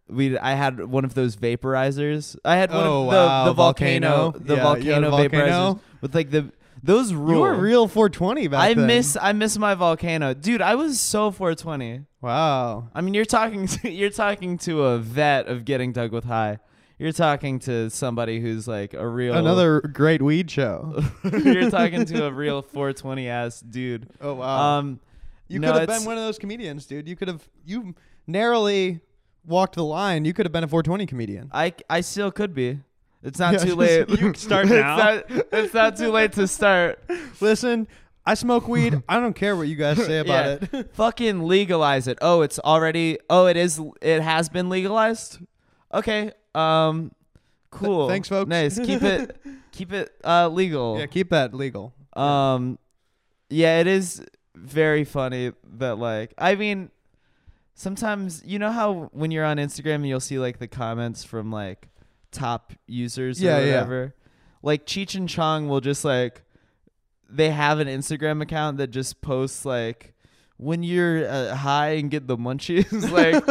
S1: we I had one of those vaporizers. I had one
S2: Oh,
S1: of the,
S2: wow,
S1: the volcano,
S2: volcano.
S1: the
S2: Yeah, you had
S1: volcano
S2: a volcano?
S1: vaporizers with like the Those
S2: You
S1: rule.
S2: were real 420 back
S1: I
S2: then.
S1: miss I miss my volcano, dude. I was so 420.
S2: Wow.
S1: I mean, you're talking to, you're talking to a vet of getting dug with high. You're talking to somebody who's like a real
S2: Another great weed show.
S1: you're talking to a real 420 ass dude.
S2: Oh wow.
S1: Um,
S2: you
S1: no,
S2: could have
S1: it's-
S2: been one of those comedians, dude. You could have you narrowly walked the line. You could have been a 420 comedian.
S1: I I still could be. It's not
S2: Yeah,
S1: too
S2: just-
S1: late.
S2: you can start
S1: It's
S2: now.
S1: not- It's not, too late to start.
S2: Listen, I smoke weed. I don't care what you guys say about
S1: Yeah.
S2: it.
S1: Fucking legalize it. Oh, it's already. Oh, it is. It has been legalized. Okay. Um. Cool.
S2: thanks, folks.
S1: Nice. Keep it. Keep it uh, legal.
S2: yeah, keep that legal.
S1: Um, yeah, it is very funny that like I mean, sometimes you know how when you're on Instagram and you'll see like the comments from like top users
S2: Yeah,
S1: or
S2: yeah.
S1: whatever. Like Cheech and Chong will just like they have an Instagram account that just posts like when you're uh, high and get the munchies, like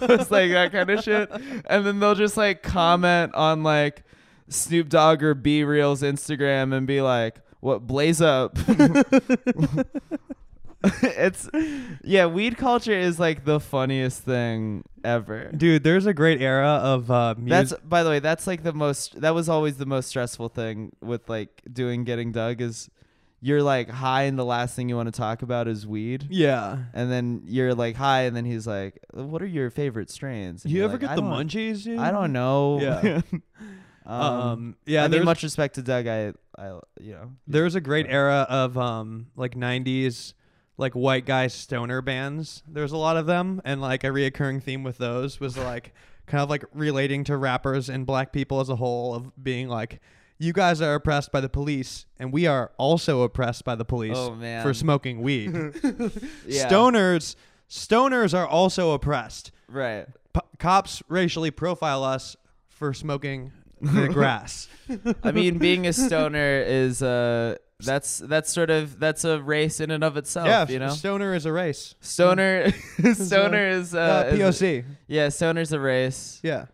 S1: post like that kind of shit, and then they'll just like comment on like Snoop Dogg or B Real's Instagram and be like, "What blaze up?" it's yeah, weed culture is like the funniest thing ever.
S2: Dude, there's a great era of uh, music.
S1: That's by the way, that's like the most that was always the most stressful thing with like doing getting dug is you're like high and the last thing you want to talk about is weed.
S2: yeah.
S1: And then you're like high and then he's like, What are your favorite strains? And
S2: You
S1: you're
S2: ever
S1: like,
S2: get
S1: "I
S2: the
S1: don't-
S2: munchies? Dude?
S1: I don't know.
S2: Yeah.
S1: um,
S2: Um, yeah,
S1: I mean
S2: there's-
S1: much respect to Doug, I I you know.
S2: There was a great era of um like '90s like white guy stoner bands. There was a lot of them, and like a reoccurring theme with those was like kind of like relating to rappers and black people as a whole of being like, you guys are oppressed by the police, and we are also oppressed by the police
S1: Oh, man.
S2: for smoking weed.
S1: Yeah.
S2: Stoners, stoners are also oppressed.
S1: Right.
S2: P- cops racially profile us for smoking the grass.
S1: I mean, being a stoner is uh that's that's sort of that's a race in and of itself,
S2: yeah,
S1: Oh, you know.
S2: stoner is a race.
S1: Stoner, stoner is uh,
S2: Uh,
S1: is-
S2: POC.
S1: Yeah, stoner's a race.
S2: Yeah.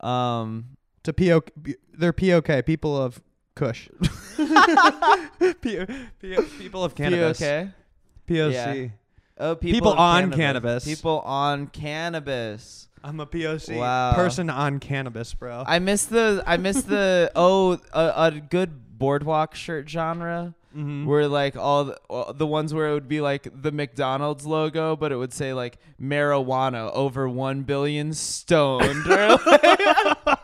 S1: Um,
S2: To POK, they're POK, people of Kush. P- P- people of cannabis.
S1: okay.
S2: POC.
S1: Yeah. Oh, people,
S2: People
S1: of
S2: on cannabis.
S1: People on cannabis.
S2: I'm a POC
S1: Wow.
S2: person on cannabis, bro.
S1: I miss the I miss the oh a, a good boardwalk shirt genre.
S2: Mm-hmm.
S1: Where like all the, all the ones where it would be like the McDonald's logo, but it would say like marijuana over one billion stoned. or, like-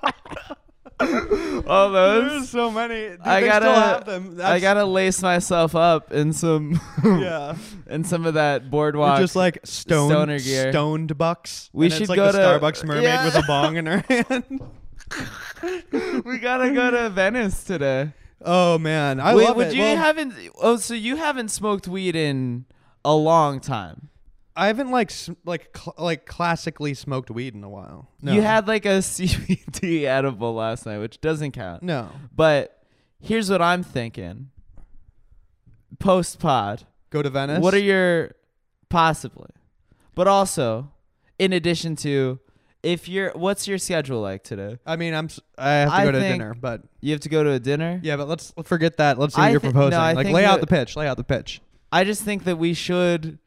S1: all those.
S2: There's so many. Dude,
S1: I
S2: they
S1: gotta,
S2: still have them.
S1: I
S2: That's-
S1: gotta lace myself up in some,
S2: Yeah.
S1: in some of that
S2: We're
S1: boardwalk.
S2: just like stoned,
S1: stoner gear.
S2: stoned bucks.
S1: We
S2: and it's
S1: should
S2: like
S1: go to-
S2: the Starbucks mermaid
S1: Yeah.
S2: with a bong in her hand.
S1: we gotta go to Venice today.
S2: Oh man, I
S1: Wait,
S2: love
S1: would
S2: it.
S1: you
S2: Well,
S1: haven't? Oh, so you haven't smoked weed in a long time.
S2: I haven't like sm- like cl- like classically smoked weed in a while. No.
S1: You had like a CBD edible last night, which doesn't count.
S2: no.
S1: But here's what I'm thinking. Post pod.
S2: Go to Venice.
S1: What are your possibly? But also, in addition to, if you're, what's your schedule like today?
S2: I mean, I'm. s- I have to
S1: I
S2: go to
S1: think-
S2: dinner, but
S1: You have to go to a dinner.
S2: yeah. But let's forget that. Let's see what
S1: I
S2: you're
S1: thi- no,
S2: proposing.
S1: I
S2: like,
S1: think
S2: lay out
S1: that-
S2: the pitch. Lay out the pitch.
S1: I just think that we should.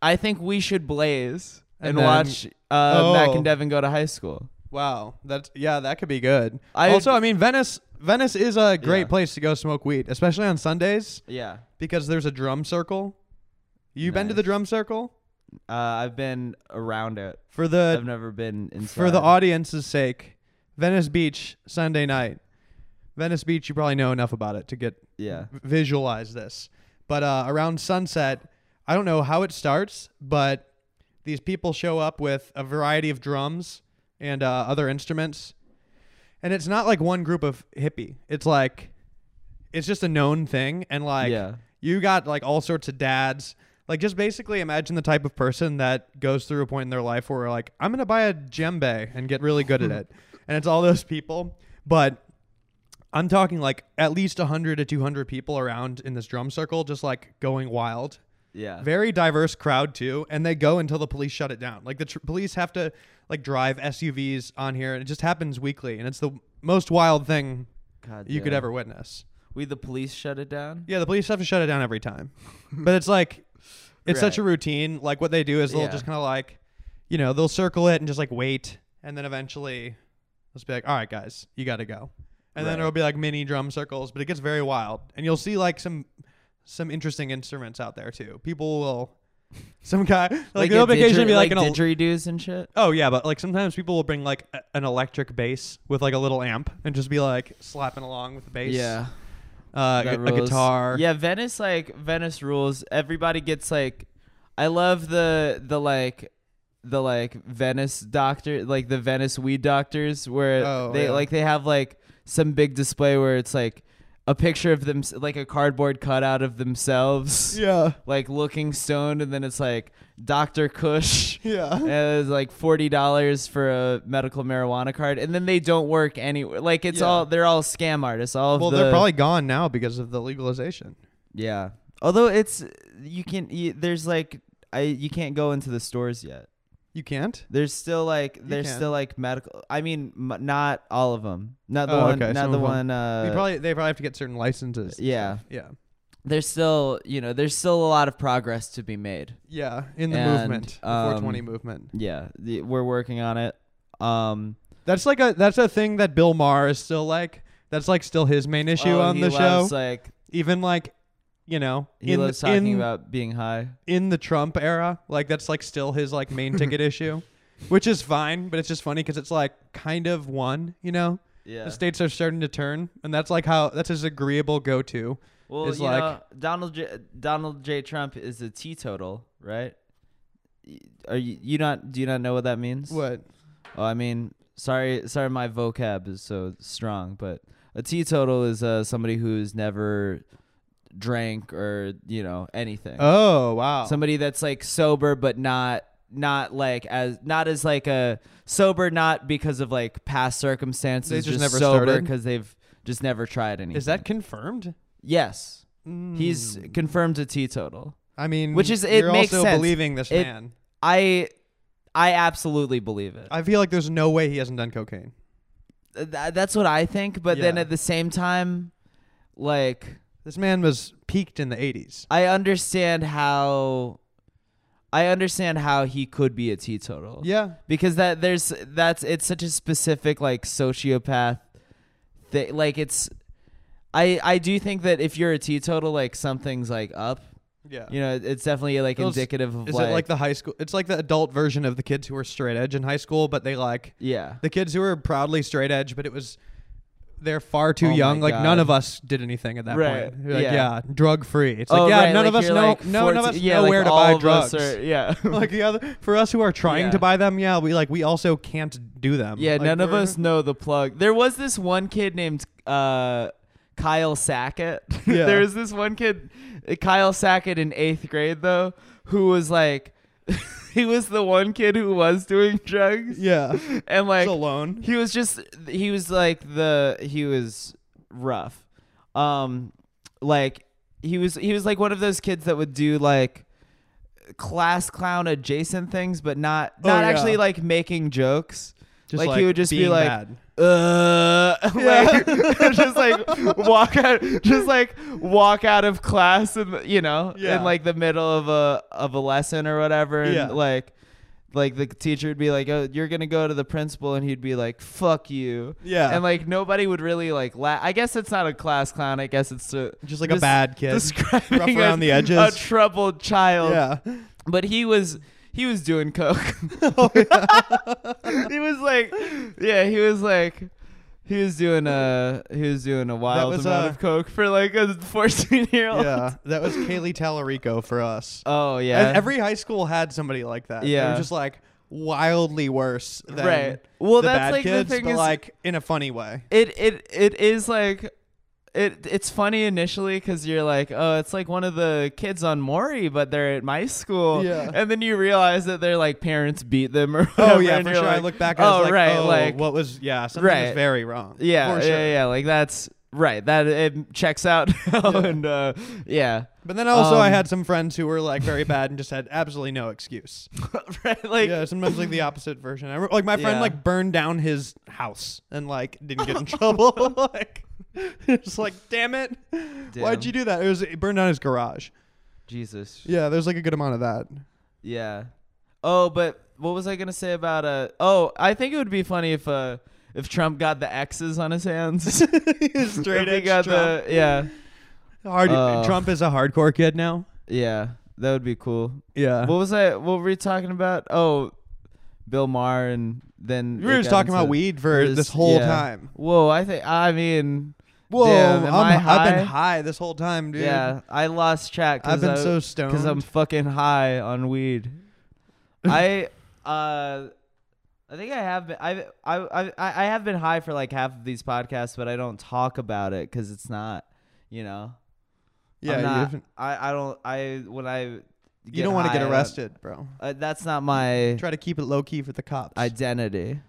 S1: I think we should blaze and,
S2: And then-
S1: watch uh, Mac
S2: Oh.
S1: and Devin go to high school.
S2: Wow. That's yeah. That could be good.
S1: I-
S2: also, I mean, Venice. Venice is a great
S1: Yeah.
S2: place to go smoke weed, especially on Sundays
S1: Yeah,
S2: because there's a drum circle. You been to
S1: Nice.
S2: the drum circle?
S1: uh, I've been around it.
S2: For
S1: I've
S2: the
S1: never been inside.
S2: for the audience's sake, Venice Beach Sunday night. Venice Beach, you probably know enough about it to get
S1: yeah,
S2: v- visualize this. But uh, around sunset, I don't know how it starts, but these people show up with a variety of drums and uh, other instruments. And it's not like one group of hippie. It's like, it's just a known thing. And like,
S1: Yeah.
S2: you got like all sorts of dads. Like, just basically imagine the type of person that goes through a point in their life where, like, I'm going to buy a djembe and get really good at it. And it's all those people. But I'm talking like at least 100 to 200 people around in this drum circle, just like going wild.
S1: yeah,
S2: Very diverse crowd too, and they go until the police shut it down. Like the tr- police have to like drive SUVs on here, and it just happens weekly, and it's the most wild thing
S1: God,
S2: you could
S1: yeah.
S2: ever witness.
S1: We the police shut it down.
S2: Yeah, the police have to shut it down every time. but it's like it's such a routine. Like what they do is they'll
S1: Yeah.
S2: just kind of like, you know, they'll circle it and just like wait, and then eventually, let's be like, all right, guys, you got to go, and then
S1: Right.
S2: it'll be like mini drum circles, but it gets very wild, and you'll see like some some interesting instruments out there too. People will. Some guy like, they'll
S1: a
S2: occasionally
S1: didgerid-
S2: be like,
S1: like
S2: an el-
S1: didgeridoos and shit.
S2: oh yeah, but like sometimes people will bring like a- an electric bass with like a little amp and just be like slapping along with the bass,
S1: Yeah,
S2: uh,
S1: that
S2: gu- a
S1: rules.
S2: guitar,
S1: Yeah, Venice like Venice rules. Everybody gets like, I love the the like the like Venice doctor like the Venice weed doctors where
S2: Oh,
S1: they
S2: yeah.
S1: like they have like some big display where it's like a picture of them like a cardboard cutout of themselves
S2: yeah,
S1: like looking stoned and then it's like Dr. Kush
S2: yeah.
S1: And it was like forty dollars for a medical marijuana card, and then they don't work anywhere. Like it's
S2: Yeah.
S1: all they're all scam artists. All of
S2: Well,
S1: the,
S2: they're probably gone now because of the legalization.
S1: yeah. Although it's you can you, there's like I you can't go into the stores yet.
S2: You can't.
S1: There's still like there's
S2: can.
S1: still like medical. I mean, m- not all of them. Not the
S2: Oh,
S1: one.
S2: okay,
S1: Not
S2: some
S1: the
S2: of 'em.
S1: one. Uh,
S2: you probably they probably have to get certain licenses. and
S1: yeah.
S2: stuff. Yeah.
S1: there's still you know there's still a lot of progress to be made.
S2: Yeah. In the
S1: And,
S2: movement, the
S1: um,
S2: 420 movement.
S1: Yeah, the, we're working on it. Um,
S2: That's like a that's a thing that Bill Maher is still like. That's like still his main issue
S1: oh,
S2: on
S1: he
S2: the
S1: loves,
S2: show.
S1: Like
S2: Even like, you know,
S1: he
S2: in
S1: loves
S2: the,
S1: talking
S2: in,
S1: about being high.
S2: in the Trump era, like that's like still his like main ticket issue, which is fine. But it's just funny because it's like kind of one, you know.
S1: Yeah.
S2: The states are starting to turn, and that's like how that's his agreeable go-to.
S1: Well,
S2: is
S1: you
S2: like-
S1: know, Donald J, Donald J. Trump is a teetotal, right? Y- Are you, you not? Do you not know what that means?
S2: What?
S1: Oh, I mean, sorry, sorry, my vocab is so strong, but a teetotal is uh, somebody who's never drank or you know anything.
S2: Oh wow.
S1: Somebody that's like sober, but not not like as not as like a sober, not because of like past circumstances.
S2: just never
S1: sober
S2: started?
S1: because they've just never tried anything.
S2: Is that Hmm. confirmed?
S1: yes? He's confirmed a teetotal.
S2: I mean,
S1: Which is- it
S2: you're
S1: makes
S2: also
S1: sense.
S2: believing this
S1: It-
S2: man.
S1: I I absolutely believe it.
S2: I feel like there's no way he hasn't done cocaine.
S1: Th- that's what I think, but then
S2: Yeah.
S1: at the same time, like
S2: This man was peaked in the 80s.
S1: I understand how I understand how he could be a teetotal.
S2: Yeah,
S1: Because that there's that's it's such a specific like sociopath thing like it's I I do think that if you're a teetotal like something's like up.
S2: yeah.
S1: You know, it's definitely like
S2: Those-
S1: indicative of
S2: is
S1: like,
S2: it like the high school? It's like the adult version of the kids who were straight edge in high school, but they like
S1: Yeah.
S2: the kids who were proudly straight edge, but it was they're far too
S1: Oh my
S2: young. Like
S1: God.
S2: none of us did anything at that
S1: Right,
S2: point. You're like,
S1: yeah.
S2: yeah. drug free. It's
S1: Oh,
S2: like yeah,
S1: right,
S2: none of
S1: like
S2: us
S1: you're,
S2: know.
S1: like,
S2: no, none of
S1: 14
S2: us
S1: yeah,
S2: know
S1: like
S2: where to
S1: all
S2: buy
S1: of us
S2: drugs.
S1: are- yeah.
S2: like the other for us who are trying
S1: Yeah.
S2: to buy them, yeah, we like we also can't do them.
S1: Yeah,
S2: Like,
S1: none of
S2: we're-
S1: us know the plug. There was this one kid named uh, Kyle Sackett.
S2: Yeah.
S1: there was this one kid, uh, Kyle Sackett, in eighth grade though, who was like, he was the one kid who was doing drugs,
S2: Yeah,
S1: and like
S2: alone.
S1: he was just he was like the he was rough um like he was he was like one of those kids that would do like class clown adjacent things but not
S2: Oh,
S1: not
S2: yeah.
S1: actually like making jokes
S2: Just,
S1: like, he
S2: like,
S1: would just be
S2: being
S1: like
S2: bad.
S1: uh like just like walk out just like walk out of class and you know
S2: Yeah.
S1: in like the middle of a of a lesson or whatever and
S2: Yeah.
S1: like like the teacher would be like, "Oh, you're gonna go to the principal," and he'd be like, "Fuck you."
S2: Yeah.
S1: And like nobody would really like. La- I guess it's not a class clown. I guess it's a,
S2: Just like a bad kid.
S1: describing
S2: Rough around
S1: as
S2: the edges.
S1: a troubled child.
S2: Yeah.
S1: But he was he was doing coke.
S2: Oh,
S1: he was like, yeah, he was like. He was doing a he was doing a wild
S2: was,
S1: amount
S2: uh,
S1: of coke for like a fourteen year old.
S2: yeah, that was Kaylee Tallarico for us.
S1: Oh yeah.
S2: And every high school had somebody like that. They were
S1: Yeah.
S2: just like wildly worse than
S1: Right. Well,
S2: the
S1: that's
S2: bad
S1: like the
S2: kids,
S1: thing
S2: but
S1: is-
S2: like in a funny way.
S1: it it it is like it it's funny initially because you're like oh it's like one of the kids on Maury but they're at my school
S2: Yeah.
S1: and then you realize that their like parents beat them or
S2: Oh
S1: whatever,
S2: yeah,
S1: and
S2: for
S1: you're
S2: sure. I
S1: like,
S2: look back. I
S1: oh
S2: was like,
S1: right
S2: oh,
S1: like
S2: what was yeah something
S1: Right.
S2: was very wrong.
S1: yeah
S2: for sure.
S1: yeah yeah like that's right that it checks out now and uh, yeah
S2: But then also I
S1: Um,
S2: had some friends who were like very bad and just had absolutely no excuse.
S1: right like
S2: yeah, sometimes like the opposite version. I re- like my friend
S1: Yeah.
S2: like burned down his house and like didn't get in trouble. like it's like, damn it. Why'd
S1: Damn.
S2: you do that? It was it burned down his garage.
S1: Jesus.
S2: Yeah, there's like a good amount of that.
S1: Yeah. Oh, but what was I gonna say about uh? Oh, I think it would be funny if uh if Trump got the X's on his hands. If
S2: Straight
S1: he
S2: edge
S1: got
S2: Trump.
S1: the yeah
S2: Hard,
S1: Oh.
S2: Trump is a hardcore kid now.
S1: yeah that would be cool.
S2: Yeah.
S1: What was I? What were we talking about? Oh, Bill Maher, and then
S2: we were
S1: it
S2: just
S1: got
S2: talking about
S1: into
S2: weed for this, whole
S1: yeah.
S2: time.
S1: Whoa, I think I mean,
S2: Whoa,
S1: Damn, am I
S2: I'm, have
S1: high?
S2: been high this whole time, dude.
S1: yeah, I lost track.
S2: I've been so
S1: because I'm
S2: stoned.
S1: fucking high on weed. I uh. I think I have been I I I I have been high for like half of these podcasts, but I don't talk about it because it's not, you know.
S2: Yeah,
S1: I'm
S2: you
S1: not-
S2: haven't-
S1: I I don't I when I
S2: you don't want to
S1: high,
S2: get
S1: I don't-
S2: arrested, bro.
S1: Uh, that's not my
S2: Try to keep it low key for the cops.
S1: identity.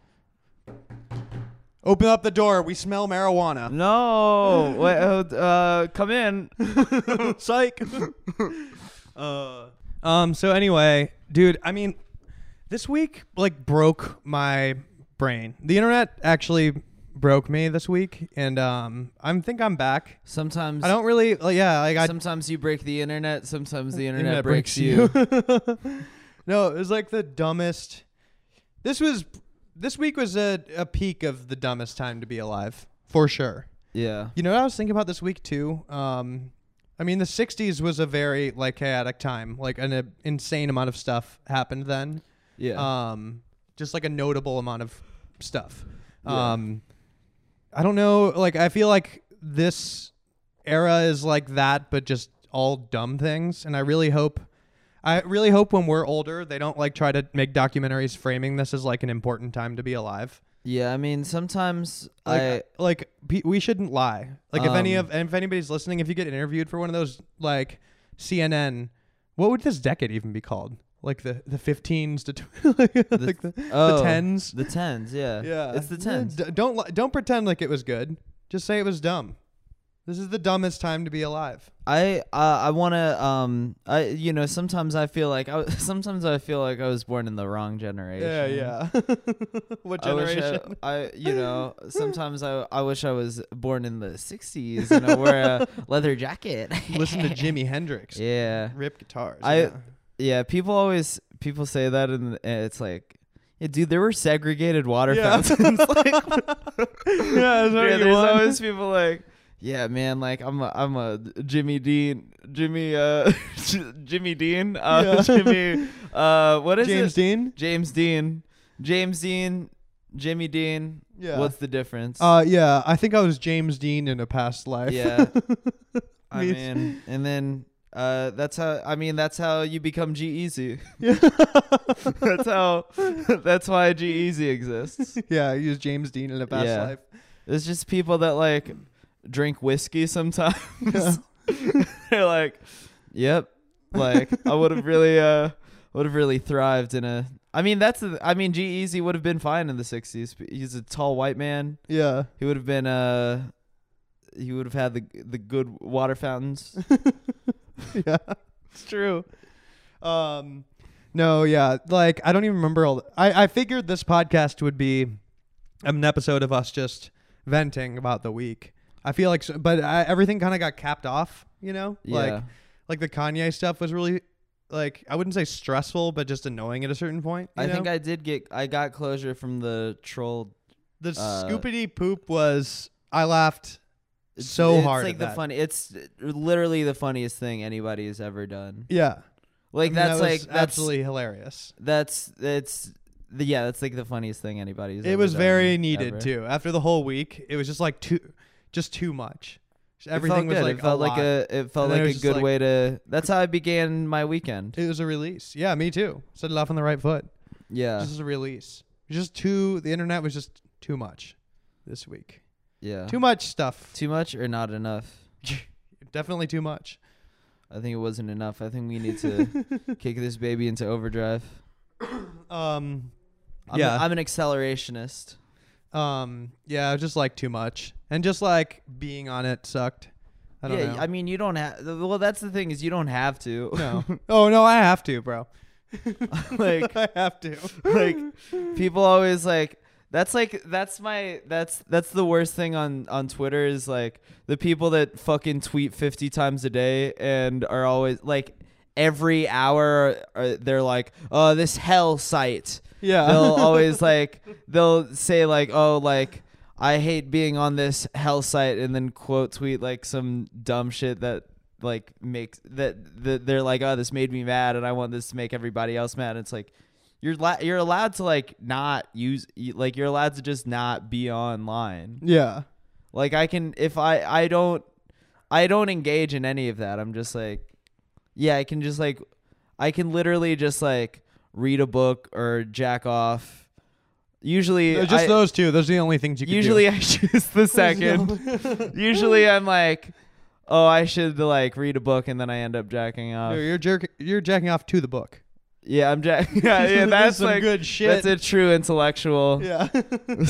S2: Open up the door. We smell marijuana.
S1: No, wait, uh, uh, come in.
S2: Psych. uh, um. So anyway, dude. I mean, this week like broke my brain. The internet actually broke me this week, and um, I am think I'm back.
S1: Sometimes
S2: I don't really. Like, yeah, like I.
S1: Sometimes you break the internet. Sometimes the internet,
S2: internet
S1: breaks, you.
S2: no, it was like the dumbest. This was. This week was a, a peak of the dumbest time to be alive, for sure.
S1: yeah.
S2: You know what I was thinking about this week too? Um, I mean, the '60s was a very like chaotic time. Like an uh, insane amount of stuff happened then.
S1: Yeah.
S2: Um, just like a notable amount of stuff.
S1: Yeah.
S2: Um, I don't know. Like I feel like this era is like that, but just all dumb things. And I really hope. I really hope when we're older, they don't like try to make documentaries framing this as like an important time to be alive.
S1: yeah. I mean, sometimes
S2: Like, uh,
S1: I.
S2: like pe- we shouldn't lie. Like, if any
S1: Um,
S2: of if anybody's listening, if you get interviewed for one of those, like CNN, what would this decade even be called? Like the the 15s to tw- like the,
S1: oh,
S2: the 10s.
S1: The tens. Yeah.
S2: yeah,
S1: It's the tens.
S2: D- don't li- don't pretend like it was good. Just say it was dumb. This is the dumbest time to be alive.
S1: I uh, I want to um I you know sometimes I feel like I w- sometimes I feel like I was born in the wrong generation.
S2: yeah. what
S1: I wish I-
S2: generation?
S1: I, you know sometimes I I wish I was born in the '60s and I wore a leather jacket.
S2: Listen to Jimi Hendrix.
S1: yeah.
S2: Rip guitars.
S1: I-
S2: yeah.
S1: Yeah, people always people say that, and and it's like, yeah, dude, there were segregated water fountains. like,
S2: yeah, that's
S1: yeah, there's always people like, yeah, man, like I'm a I'm a Jimmy Dean, Jimmy uh, Jimmy Dean, uh,
S2: Yeah.
S1: Jimmy, uh, what is
S2: James
S1: it?
S2: Dean.
S1: James Dean, James Dean, Jimmy Dean.
S2: Yeah.
S1: what's the difference?
S2: Uh, yeah, I think I was James Dean in a past life.
S1: yeah, I
S2: Me-
S1: mean, and then. Uh, that's how I mean. That's how you become G Easy. that's how. That's why G Easy exists.
S2: yeah, he was James Dean in a past
S1: Yeah.
S2: life.
S1: It's just people that like drink whiskey sometimes. They're like, "Yep." Like I would have really uh would have really thrived in a I mean that's the I mean G Easy would have been fine in the 60s. but He's a tall white man.
S2: Yeah,
S1: He would have been uh he would have had the the good water fountains.
S2: yeah, it's true. Um, no, yeah, like I don't even remember all. The, I I figured this podcast would be an episode of us just venting about the week. I feel like, so, but I, everything kind of got capped off. You know,
S1: Yeah.
S2: like like the Kanye stuff was really like I wouldn't say stressful, but just annoying at a certain point. you
S1: I think
S2: know?
S1: I did get I got closure from the troll.
S2: the
S1: uh,
S2: scoopity poop was. I laughed
S1: It's-
S2: so
S1: it's
S2: hard
S1: like
S2: at
S1: the
S2: that.
S1: funny it's literally the funniest thing anybody has ever done.
S2: Yeah.
S1: Like
S2: I mean,
S1: that's
S2: that was
S1: like that's
S2: absolutely hilarious.
S1: That's it's the, yeah, that's like the funniest thing anybody's.
S2: It
S1: ever
S2: was
S1: done,
S2: very needed
S1: ever.
S2: too. After the whole week, it was just like too, just too much. Just
S1: It felt
S2: Everything was
S1: good.
S2: like
S1: it felt
S2: a
S1: like
S2: lot.
S1: a it felt
S2: And then it
S1: like
S2: was
S1: a
S2: just
S1: good
S2: like-
S1: way to. That's how I began my weekend.
S2: It was a release. Yeah, me too. Set it off on the right foot.
S1: Yeah,
S2: Just a release. Just too. The internet was just too much this week.
S1: yeah.
S2: Too much stuff.
S1: Too much or not enough?
S2: Definitely too much.
S1: I think it wasn't enough. I think we need to kick this baby into overdrive.
S2: Um.
S1: I'm
S2: yeah.
S1: a, I'm an accelerationist.
S2: um. Yeah. Just like too much, and just like being on it sucked. I don't
S1: yeah,
S2: know.
S1: I mean you don't have. Well, that's the thing is you don't have to.
S2: no. oh no, I have to, bro.
S1: like
S2: I have to.
S1: like people always like That's like that's my that's that's the worst thing on on Twitter is like the people that fucking tweet 50 times a day and are always like every hour are, they're like, "Oh, this hell site."
S2: Yeah.
S1: They'll always like they'll say like, "Oh, like I hate being on this hell site," and then quote tweet like some dumb shit that like makes that, that they're like, "Oh, this made me mad, and I want this to make everybody else mad." And it's like you're la- you're allowed to like not use you- like you're allowed to just not be online.
S2: Yeah.
S1: Like I can if I I don't I don't engage in any of that. I'm just like yeah, I can just like I can literally just like read a book or jack off. Usually
S2: No, just
S1: I-
S2: those two. Those are the only things you can
S1: usually
S2: do.
S1: I choose the second. usually I'm like oh, I should like read a book and then I end up jacking off.
S2: You're, you're, jerk, you're jacking off to the book.
S1: Yeah, I'm jack Yeah, yeah,
S2: That's
S1: that's
S2: some
S1: like
S2: good shit.
S1: That's a true intellectual.
S2: Yeah.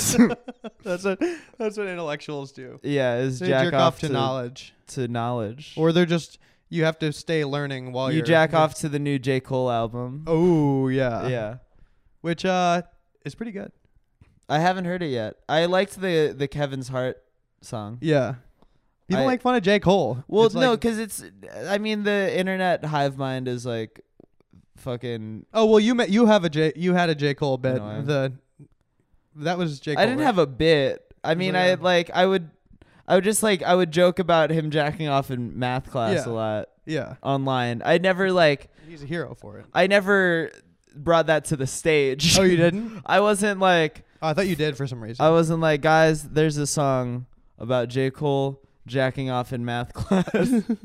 S2: that's what that's what intellectuals do.
S1: Yeah, is
S2: They
S1: jack
S2: jerk
S1: off,
S2: off to, knowledge,
S1: to knowledge.
S2: or they're just you have to stay learning while
S1: you
S2: you're-
S1: jack off to the new J Cole album.
S2: Oh yeah,
S1: yeah,
S2: which uh is pretty good.
S1: I haven't heard it yet. I liked the the Kevin's Heart song.
S2: Yeah, people
S1: I-
S2: make fun of J Cole.
S1: Well,
S2: It's
S1: no,
S2: like-
S1: because it's. I mean, the internet hive mind is like, fucking.
S2: oh well, you met you have a J you had a J Cole bit
S1: No, I-
S2: the that was J Cole.
S1: I didn't
S2: right?
S1: have a bit. I mean, I
S2: yeah.
S1: like. I would. I would just like. I would joke about him jacking off in math class
S2: Yeah.
S1: a lot
S2: yeah.
S1: online. I never like.
S2: He's a hero for it.
S1: I never brought that to the stage.
S2: Oh, you didn't?
S1: I wasn't like.
S2: Oh, I thought you did for some reason.
S1: I wasn't like, guys, there's a song about J. Cole jacking off in math class.
S2: That's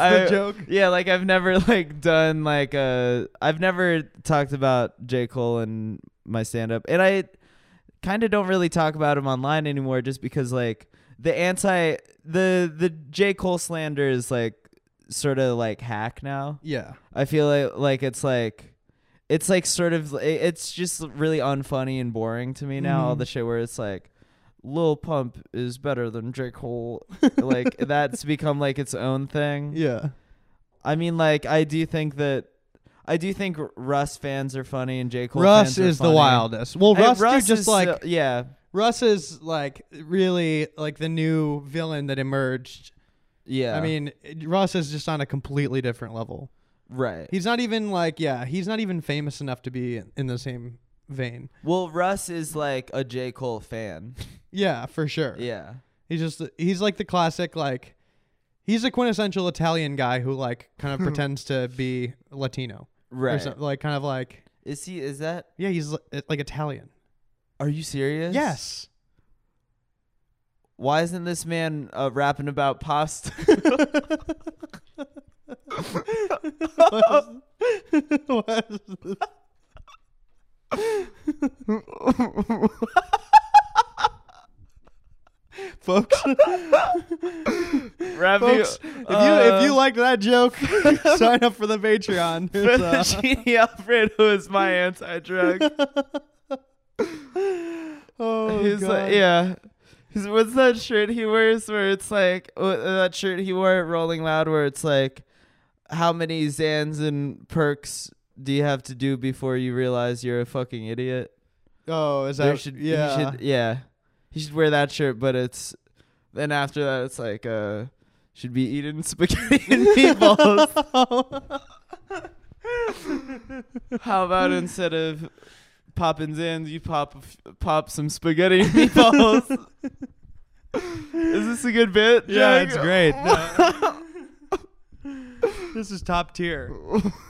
S1: I-
S2: the joke.
S1: Yeah, like I've never like done like uh I've never talked about J. Cole and my stand up. And I kind of don't really talk about him online anymore just because like the anti the the J. Cole slander is like sort of like hack now.
S2: Yeah.
S1: I feel like like it's like it's like sort of it- it's just really unfunny and boring to me now. All
S2: Mm-hmm.
S1: the shit where it's like Lil Pump is better than Drake Cole, like that's become like its own thing.
S2: Yeah.
S1: I mean, like I do think that I do think Russ fans are funny and J Cole
S2: Russ
S1: fans are
S2: is the
S1: funny.
S2: wildest. Well,
S1: And
S2: Russ, dude, just
S1: is uh, so-
S2: like
S1: yeah,
S2: Russ is like really like the new villain that emerged.
S1: yeah.
S2: I mean, it- Russ is just on a completely different level.
S1: right.
S2: He's not even like yeah, he's not even famous enough to be in the same vein.
S1: Well, Russ is like a J Cole fan.
S2: Yeah, for sure.
S1: yeah,
S2: He's just he's like the classic like he's a quintessential Italian guy who like kind of pretends to be Latino. Or
S1: right.
S2: some- like kind of like
S1: Is he? Is that?
S2: yeah, he's li- like Italian.
S1: Are you serious?
S2: Yes.
S1: why isn't this man uh, rapping about pasta?
S2: What is this? Folks, folks, if you if you liked that joke, sign up for the Patreon. It's, uh,
S1: Fettuccine Alfredo is my anti-drug.
S2: oh,
S1: He's
S2: God.
S1: like, yeah. He's, what's that shirt he wears where it's like uh, that shirt he wore at Rolling Loud where it's like, how many Zans and perks do you have to do before you realize you're a fucking idiot?
S2: Oh, is
S1: There
S2: that
S1: should he
S2: yeah?
S1: should yeah he should wear that shirt but it's then after that it's like uh should be eating spaghetti and meatballs how about instead of popping zans you pop a f- pop some spaghetti and meatballs is this a good bit
S2: Yeah,
S1: Jack?
S2: it's great. No. this is top tier.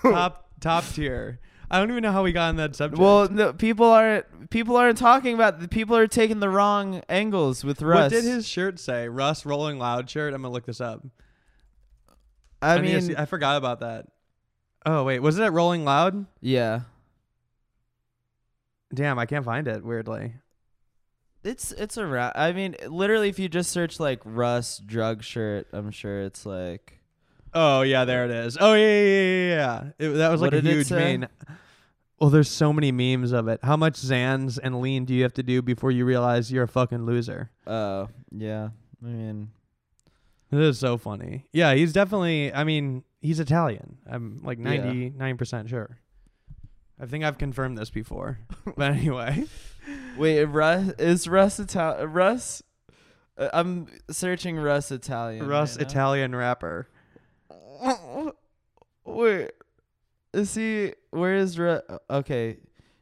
S2: top top tier. I don't even know how we got on that subject.
S1: well no people aren't people aren't talking about the people are taking the wrong angles with
S2: what
S1: Russ
S2: did his shirt say? Russ Rolling Loud shirt. I'm gonna look this up.
S1: I,
S2: need to
S1: mean
S2: see- I forgot about that. Oh wait, was it at Rolling Loud?
S1: yeah
S2: Damn, I can't find it. Weirdly.
S1: It's it's around. I mean, literally, if you just search like Russ drug shirt, I'm sure it's like
S2: Oh yeah, there it is. Oh yeah, yeah, yeah, yeah. yeah. It, that was like
S1: What
S2: a
S1: did it
S2: huge
S1: say?
S2: meme. Well, there's so many memes of it. How much Zans and lean do you have to do before you realize you're a fucking loser?
S1: oh yeah. I mean,
S2: This is so funny. Yeah, he's definitely. I mean, he's Italian. I'm like
S1: Yeah.
S2: ninety nine percent sure. I think I've confirmed this before. But anyway,
S1: Wait, Russ is Russ Ital- Russ. Uh, I'm searching Russ Italian.
S2: Russ
S1: right now.
S2: Italian rapper.
S1: Wait, is he? Where is Ru- Okay,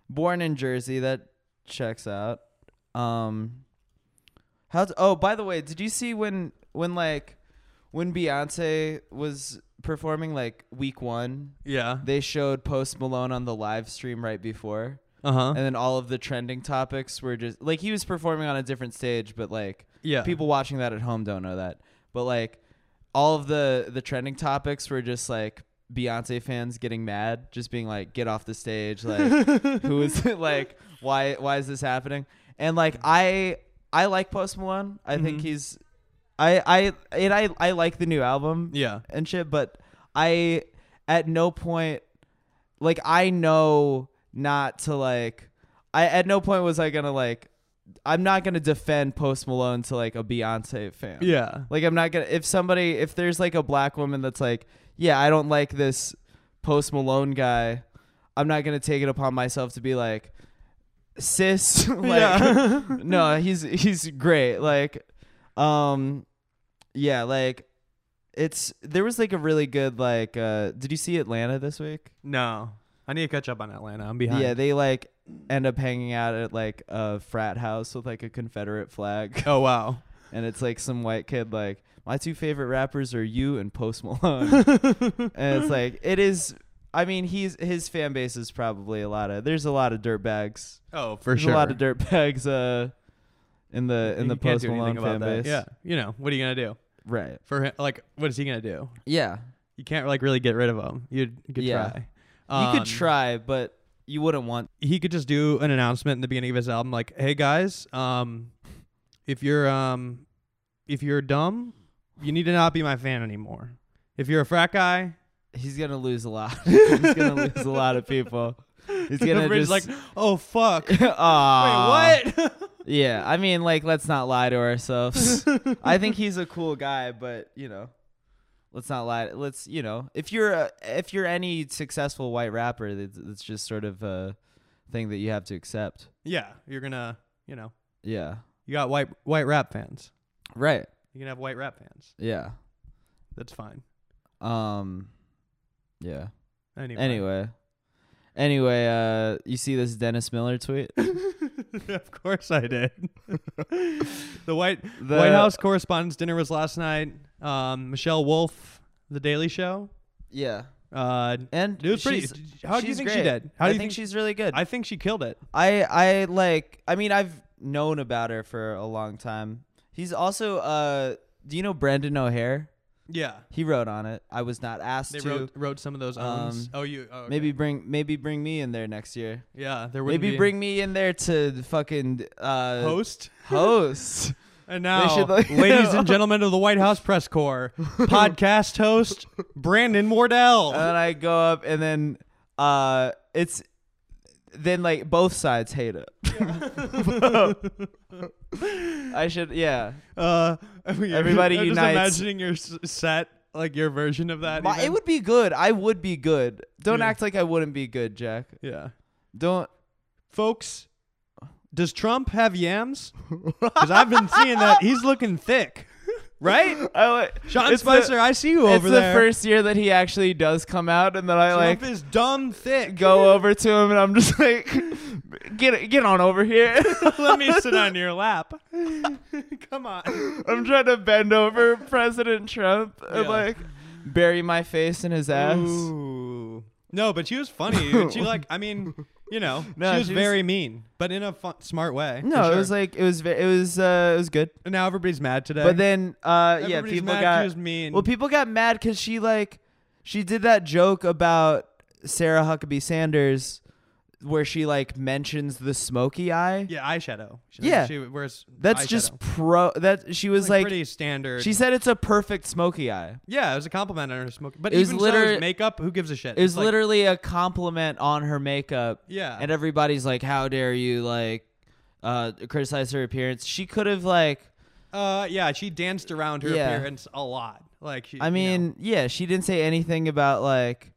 S1: born in Jersey. That checks out. Um, how's? Oh, by the way, did you see when when like when Beyonce was performing like week one?
S2: Yeah.
S1: They showed Post Malone on the live stream right before.
S2: Uh
S1: and
S2: huh.
S1: then all of the trending topics were just like he was performing on a different stage but like
S2: Yeah.
S1: people watching that at home don't know that but like all of the the trending topics were just like beyonce fans getting mad just being like get off the stage like who is it like why why is this happening and like i i like post malone i think he's i i and i i like the new album
S2: Yeah.
S1: and shit but i at no point like I know not to like I at no point was I gonna like I'm not gonna defend Post Malone to like a Beyonce fan.
S2: Yeah.
S1: Like I'm not gonna if somebody if there's like a black woman that's like, yeah, I don't like this Post Malone guy, I'm not gonna take it upon myself to be like sis like
S2: Yeah.
S1: no, he's he's great. Like um yeah, like it's there was like a really good like uh did you see Atlanta this week?
S2: No. I need to catch up on Atlanta. I'm behind.
S1: Yeah, they like end up hanging out at like a frat house with like a Confederate flag,
S2: oh wow.
S1: and it's like some white kid like my two favorite rappers are you and Post Malone, and it's like it is. I mean, he's his fan base is probably a lot of there's a lot of dirtbags.
S2: Oh, for
S1: There's
S2: sure.
S1: a lot of dirtbags uh in the in
S2: You
S1: the
S2: can't
S1: Post
S2: do anything
S1: Malone fan
S2: about that.
S1: base.
S2: Yeah. You know what are you gonna do
S1: right.
S2: for him? Like, what is he gonna do?
S1: Yeah,
S2: You can't like really get rid of him. You'd, you could
S1: Yeah.
S2: try.
S1: you could
S2: Um,
S1: try, but you wouldn't want.
S2: he could just do an announcement in the beginning of his album like hey guys um if you're um if you're dumb you need to not be my fan anymore if you're a frat guy
S1: He's gonna lose a lot. he's gonna lose a lot of people. He's gonna
S2: everybody's
S1: just
S2: like oh fuck Wait,
S1: Aw.
S2: what
S1: Yeah, I mean, like, let's not lie to ourselves. I think he's a cool guy, but you know, let's not lie. Let's you know, if you're a, if you're any successful white rapper, it's, it's just sort of a thing that you have to accept.
S2: yeah you're gonna you know
S1: Yeah.
S2: you got white white rap fans
S1: Right.
S2: you can have white rap fans
S1: Yeah.
S2: that's fine
S1: Um. Yeah.
S2: anyway,
S1: Anyway. Anyway, uh, you see this Dennis Miller tweet?
S2: of course i did the white
S1: The-
S2: white house correspondents dinner was last night um michelle wolf the daily show
S1: yeah.
S2: Uh,
S1: And
S2: it was pretty.
S1: she's-
S2: How do you
S1: she's
S2: think she
S1: great.
S2: did? How
S1: I
S2: do you
S1: think,
S2: think,
S1: she's really good.
S2: I think she killed it.
S1: I I like I mean I've known about her for a long time. He's also uh do you know Brandon O'Hare?
S2: Yeah,
S1: He wrote on it. I was not asked
S2: they
S1: to.
S2: wrote wrote some of those owns.
S1: Um,
S2: oh, you oh, okay.
S1: Maybe bring maybe bring me in there next year.
S2: yeah. There wouldn't
S1: maybe
S2: be
S1: bring me in there to fucking uh
S2: host.
S1: host.
S2: And now,
S1: should, like-
S2: ladies and gentlemen of the White House press corps, podcast host Brandon Wardell.
S1: and then I go up and then uh it's then like both sides hate it. I should yeah.
S2: Uh, I mean,
S1: everybody
S2: I'm just
S1: unites.
S2: imagining your s- set, like your version of that.
S1: My- it
S2: even.
S1: would be good. I would be good. Don't
S2: Yeah.
S1: act like I wouldn't be good, Jack.
S2: yeah,
S1: Don't
S2: folks. Does Trump have yams? Because I've been seeing that he's looking thick, right?
S1: I like
S2: Sean
S1: it's the-
S2: Spicer, I see you
S1: it's
S2: over there.
S1: the first year that he actually does come out, and then I
S2: Trump
S1: like
S2: is dumb thick.
S1: go over to him, and I'm just like, get get on over here.
S2: Let me sit on your lap. Come on.
S1: I'm trying to bend over President Trump and
S2: Yeah.
S1: like bury my face in his ass.
S2: Ooh. No, but she was funny. dude. She like, I mean, you know,
S1: No,
S2: she was
S1: she was-
S2: very mean, but in a fun, smart way.
S1: No,
S2: for
S1: it was
S2: sure.
S1: like it was ve- it was uh, it was good,
S2: And now everybody's mad today.
S1: but then uh, yeah,
S2: Everybody's
S1: people
S2: mad
S1: got
S2: she was mean.
S1: well, people got mad because she like she did that joke about Sarah Huckabee Sanders where she like mentions the smoky eye.
S2: yeah, eyeshadow. She,
S1: Yeah.
S2: she wears.
S1: That's
S2: eyeshadow.
S1: just pro. That she was like,
S2: pretty standard.
S1: she said it's a perfect smoky eye.
S2: yeah, it was a compliment on her smoking. But
S1: It was
S2: even so,
S1: liter-
S2: it was makeup. Who gives a shit?
S1: It was
S2: It's like-
S1: literally a compliment on her makeup.
S2: Yeah.
S1: and everybody's like, "How dare you like uh, criticize her appearance?" She could have like,
S2: Uh, yeah, she danced around her
S1: Yeah.
S2: appearance a lot. Like, she,
S1: I
S2: you know.
S1: mean, yeah, she didn't say anything about like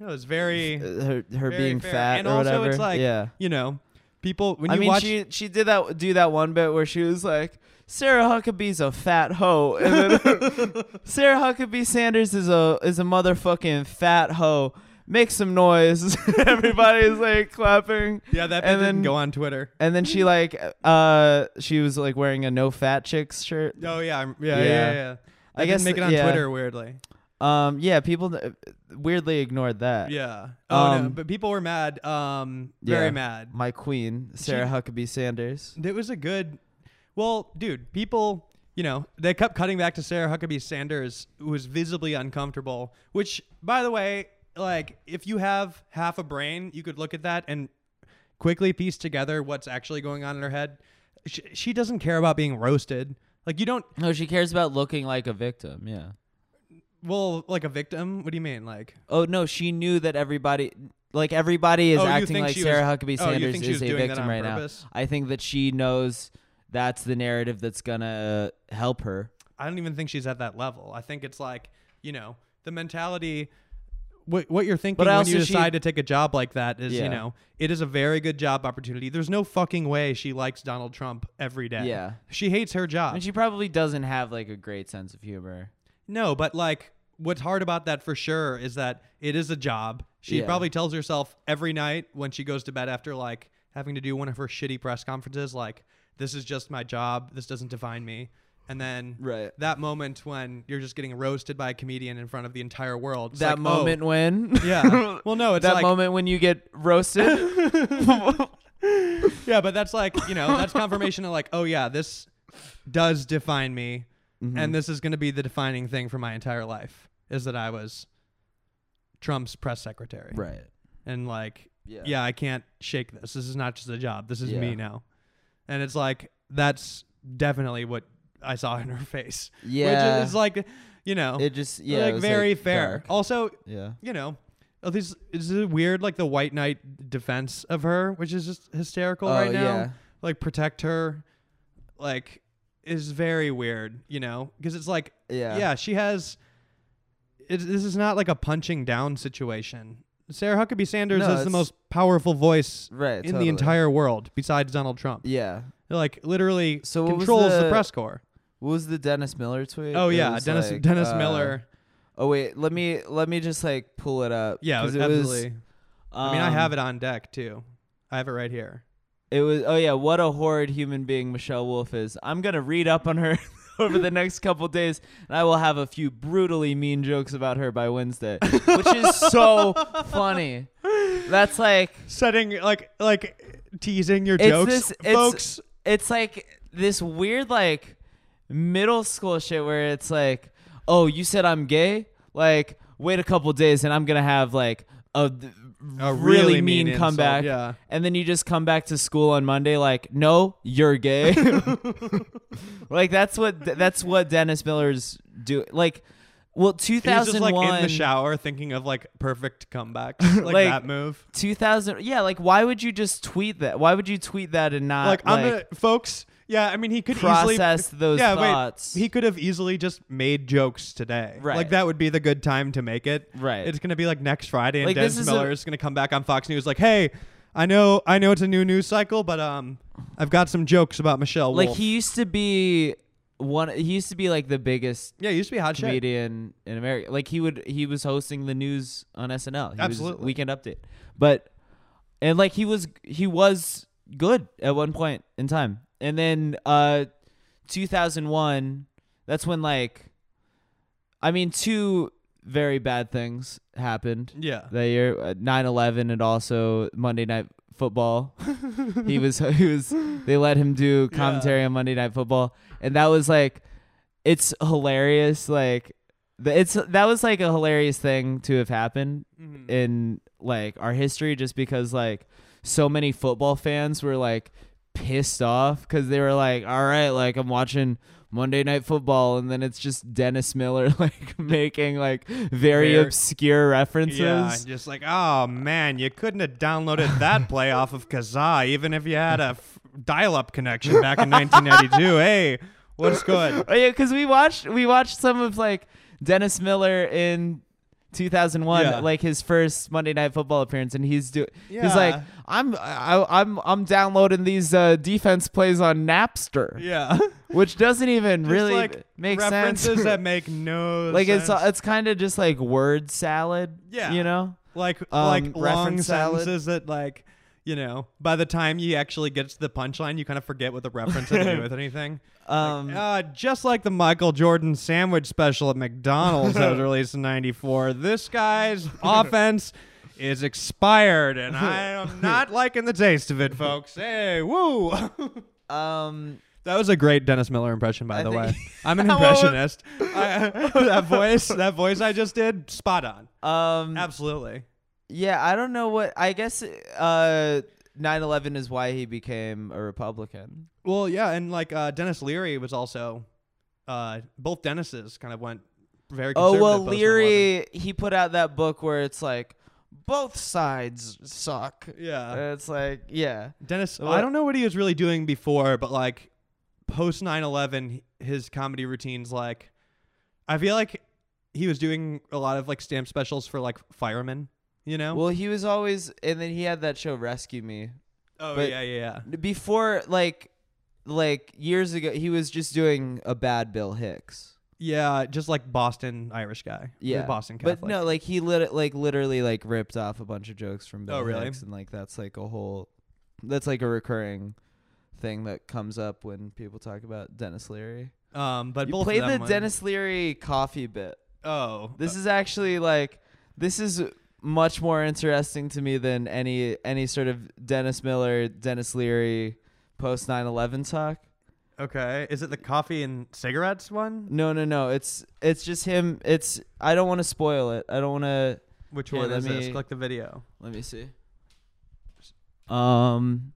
S2: It was very
S1: Uh, her her
S2: very
S1: being
S2: fair.
S1: fat
S2: and
S1: or
S2: also
S1: whatever.
S2: it's like
S1: yeah.
S2: you know people when
S1: I
S2: you
S1: mean,
S2: watch
S1: she she did that do that one bit where she was like, "Sarah Huckabee's a fat hoe," and then Sarah Huckabee Sanders is a is a motherfucking fat hoe. Make some noise! Everybody's like clapping.
S2: yeah that bit
S1: and
S2: didn't
S1: then-
S2: go on Twitter.
S1: And then she like uh she was like wearing a no fat chicks shirt.
S2: Oh yeah, I'm- yeah, yeah,
S1: Yeah.
S2: yeah. yeah.
S1: I
S2: They didn't
S1: guess-
S2: make it on
S1: yeah.
S2: Twitter weirdly.
S1: Um yeah, people uh, weirdly ignored that.
S2: Yeah. Oh no,
S1: Um,
S2: but people were mad. Um, very
S1: Yeah.
S2: mad.
S1: My queen, Sarah Huckabee Sanders.
S2: It was a good. Well, dude, people, you know, they kept cutting back to Sarah Huckabee Sanders, who was visibly uncomfortable. Which, by the way, like, if you have half a brain, you could look at that and quickly piece together what's actually going on in her head. She, she doesn't care about being roasted. Like, you don't.
S1: No, she cares about looking like a victim. Yeah.
S2: Well, like a victim. What do you mean? Like,
S1: Oh no, she knew that everybody, like everybody, is
S2: Oh, you
S1: acting
S2: think
S1: like
S2: she
S1: Sarah
S2: was-
S1: Huckabee
S2: oh, you
S1: Sanders
S2: think she
S1: is
S2: was
S1: a
S2: doing that
S1: victim
S2: on
S1: right
S2: purpose?
S1: now. I think that she knows that's the narrative that's gonna help her.
S2: I don't even think she's at that level. I think it's like, you know, the mentality what what you're thinking
S1: But I
S2: when you
S1: also- she-
S2: decide to take a job like that is, you
S1: Yeah.
S2: know, it is a very good job opportunity. There's no fucking way she likes Donald Trump every day.
S1: Yeah.
S2: She hates her job.
S1: And she probably doesn't have like a great sense of humor.
S2: no, but like what's hard about that for sure is that it is a job. She
S1: Yeah.
S2: probably tells herself every night when she goes to bed after like having to do one of her shitty press conferences like this is just my job. This doesn't define me. And then
S1: Right.
S2: that moment when you're just getting roasted by a comedian in front of the entire world. It's
S1: that
S2: like, oh,
S1: moment when,
S2: yeah. Well, no, it's
S1: that
S2: like,
S1: moment when you get roasted.
S2: Yeah, but that's like you know that's confirmation of like oh yeah this does define me,
S1: Mm-hmm.
S2: and this is going to be the defining thing for my entire life is that I was Trump's press secretary.
S1: right.
S2: And like yeah,
S1: Yeah.
S2: I can't shake this. This is not just a job. This is
S1: Yeah.
S2: me now. And it's like that's definitely what I saw in her face.
S1: Yeah.
S2: Which is like you know
S1: It just yeah, it
S2: like
S1: was,
S2: very fair.
S1: dark.
S2: Also,
S1: Yeah.
S2: you know, oh, this this is weird like the white knight defense of her, which is just hysterical
S1: Oh,
S2: right now.
S1: yeah.
S2: Like protect her, like is very weird, you know, because it's like
S1: Yeah.
S2: yeah, she has. It, this is not like a punching down situation. Sarah Huckabee Sanders
S1: No,
S2: is the
S1: it's-
S2: most powerful voice
S1: Right,
S2: in the
S1: totally.
S2: entire world besides Donald Trump.
S1: Yeah.
S2: Like literally
S1: So what was
S2: controls the,
S1: the-
S2: press corps.
S1: What was the Dennis Miller tweet?
S2: Oh
S1: It
S2: yeah,
S1: was
S2: Dennis
S1: like,
S2: Dennis
S1: uh,
S2: Miller.
S1: Oh wait, let me let me just like pull it up.
S2: Yeah,
S1: 'cause it was-
S2: absolutely. I mean, I
S1: um,
S2: have it on deck too. I have it right here.
S1: It was oh yeah, what a horrid human being Michelle Wolf is. I'm gonna read up on her over the next couple days, and I will have a few brutally mean jokes about her by Wednesday, which is so funny. That's like
S2: Setting like like teasing your
S1: it's
S2: jokes,
S1: this it's,
S2: folks.
S1: It's like this weird like middle school shit where it's like, oh, you said I'm gay. Like wait a couple days, and I'm gonna have like a,
S2: A
S1: really,
S2: really mean
S1: mean,
S2: insult,
S1: comeback.
S2: yeah.
S1: And then you just come back to school on Monday like, no, you're gay. like that's what that's what Dennis Miller's do. Like, well, two
S2: He's just
S1: thousand
S2: like
S1: one.
S2: in the shower thinking of like perfect comebacks, like,
S1: Like,
S2: that move.
S1: 2000 yeah like why would you just tweet that why would you tweet that and not
S2: Like, I'm gonna, folks. Yeah, I mean he could
S1: uh, process
S2: easily
S1: those
S2: yeah, wait,
S1: thoughts.
S2: he could have easily just made jokes today. Like
S1: Right.
S2: that would be the good time to make it.
S1: Right.
S2: It's gonna be like next Friday, and
S1: Like, this
S2: Dennis
S1: is a-
S2: Miller is gonna come back on Fox News like, hey, I know, I know it's a new news cycle, but um, I've got some jokes about Michelle.
S1: like
S2: Wolf.
S1: he used to be one he used to be like the biggest
S2: yeah, he used to be hot shit.
S1: comedian in america like he would he was hosting the news on snl he
S2: Absolutely.
S1: was weekend update but and like he was he was good at one point in time and then uh 2001 that's when like i mean two very bad things happened
S2: Yeah.
S1: that year uh, 9-11 and also monday night football he was he was they let him do commentary on monday night football and that was like it's hilarious like the, it's that was like a hilarious thing to have happened in like our history just because like so many football fans were like pissed off because they were like all right like i'm watching monday night football and then it's just dennis miller like making like very
S2: Very-
S1: obscure references
S2: Yeah, and just like, oh man, you couldn't have downloaded that play off of Kazaa even if you had a f- dial-up connection back in 1992. hey, what's good?
S1: Oh yeah, because we watched we watched some of like Dennis Miller in 2001,
S2: Yeah.
S1: like his first Monday Night Football appearance, and he's do he's like,
S2: Yeah.
S1: I'm I, I'm I'm downloading these uh, defense plays on Napster,
S2: Yeah.
S1: which doesn't even
S2: Just,
S1: really
S2: like
S1: make
S2: references
S1: sense.
S2: that make no
S1: like
S2: sense.
S1: it's uh, it's kind of just like word salad.
S2: Yeah.
S1: you know.
S2: like
S1: um,
S2: like long
S1: reference salad.
S2: sentences that like you know by the time you actually get to the punchline you kind of forget what the reference had to do with anything.
S1: Um,
S2: Uh, just like the Michael Jordan sandwich special at McDonald's that was released in '94, this guy's offense is expired, and I'm not liking the taste of it, folks. Hey, woo!
S1: um,
S2: that was a great Dennis Miller impression, by
S1: I
S2: the
S1: think-
S2: way. I'm an
S1: What was-
S2: impressionist. I- that voice, that voice I just did, spot on.
S1: um,
S2: Absolutely.
S1: yeah, I don't know what I guess. Uh, 9/11 is why he became a Republican.
S2: Well, yeah, and like uh, Dennis Leary was also, uh, both Dennis's kind of went very.
S1: Oh
S2: conservative
S1: well,
S2: post 9/11.
S1: Leary he put out that book where it's like both sides suck.
S2: Yeah.
S1: And it's like yeah,
S2: Dennis,
S1: Well,
S2: I don't know what he was really doing before, but like post 9 11, his comedy routines, like, I feel like he was doing a lot of like stamp specials for like firemen, you know?
S1: Well, he was always, and then he had that show Rescue Me.
S2: oh,
S1: but-
S2: yeah, yeah,
S1: Before, like, like years ago, he was just doing a bad Bill Hicks.
S2: yeah. Yeah, just like Boston Irish guy. or
S1: Yeah,
S2: Boston Catholic.
S1: But no, like he lit, like literally, like ripped off a bunch of jokes from Bill
S2: Oh, really?
S1: Hicks, and like that's like a whole, that's like a recurring thing that comes up when people talk about Dennis Leary.
S2: Um, but
S1: You
S2: both
S1: play
S2: of
S1: the
S2: them went-
S1: Dennis Leary coffee bit.
S2: Oh.
S1: This is actually like this is much more interesting to me than any any sort of Dennis Miller, Dennis Leary post 9/11 talk.
S2: okay. Is it the coffee and cigarettes one?
S1: No, no, no. It's it's just him. It's I don't want to spoil it. I don't want to
S2: Which
S1: Here,
S2: one
S1: let
S2: is this?
S1: me-
S2: Click the video.
S1: Let me see. Um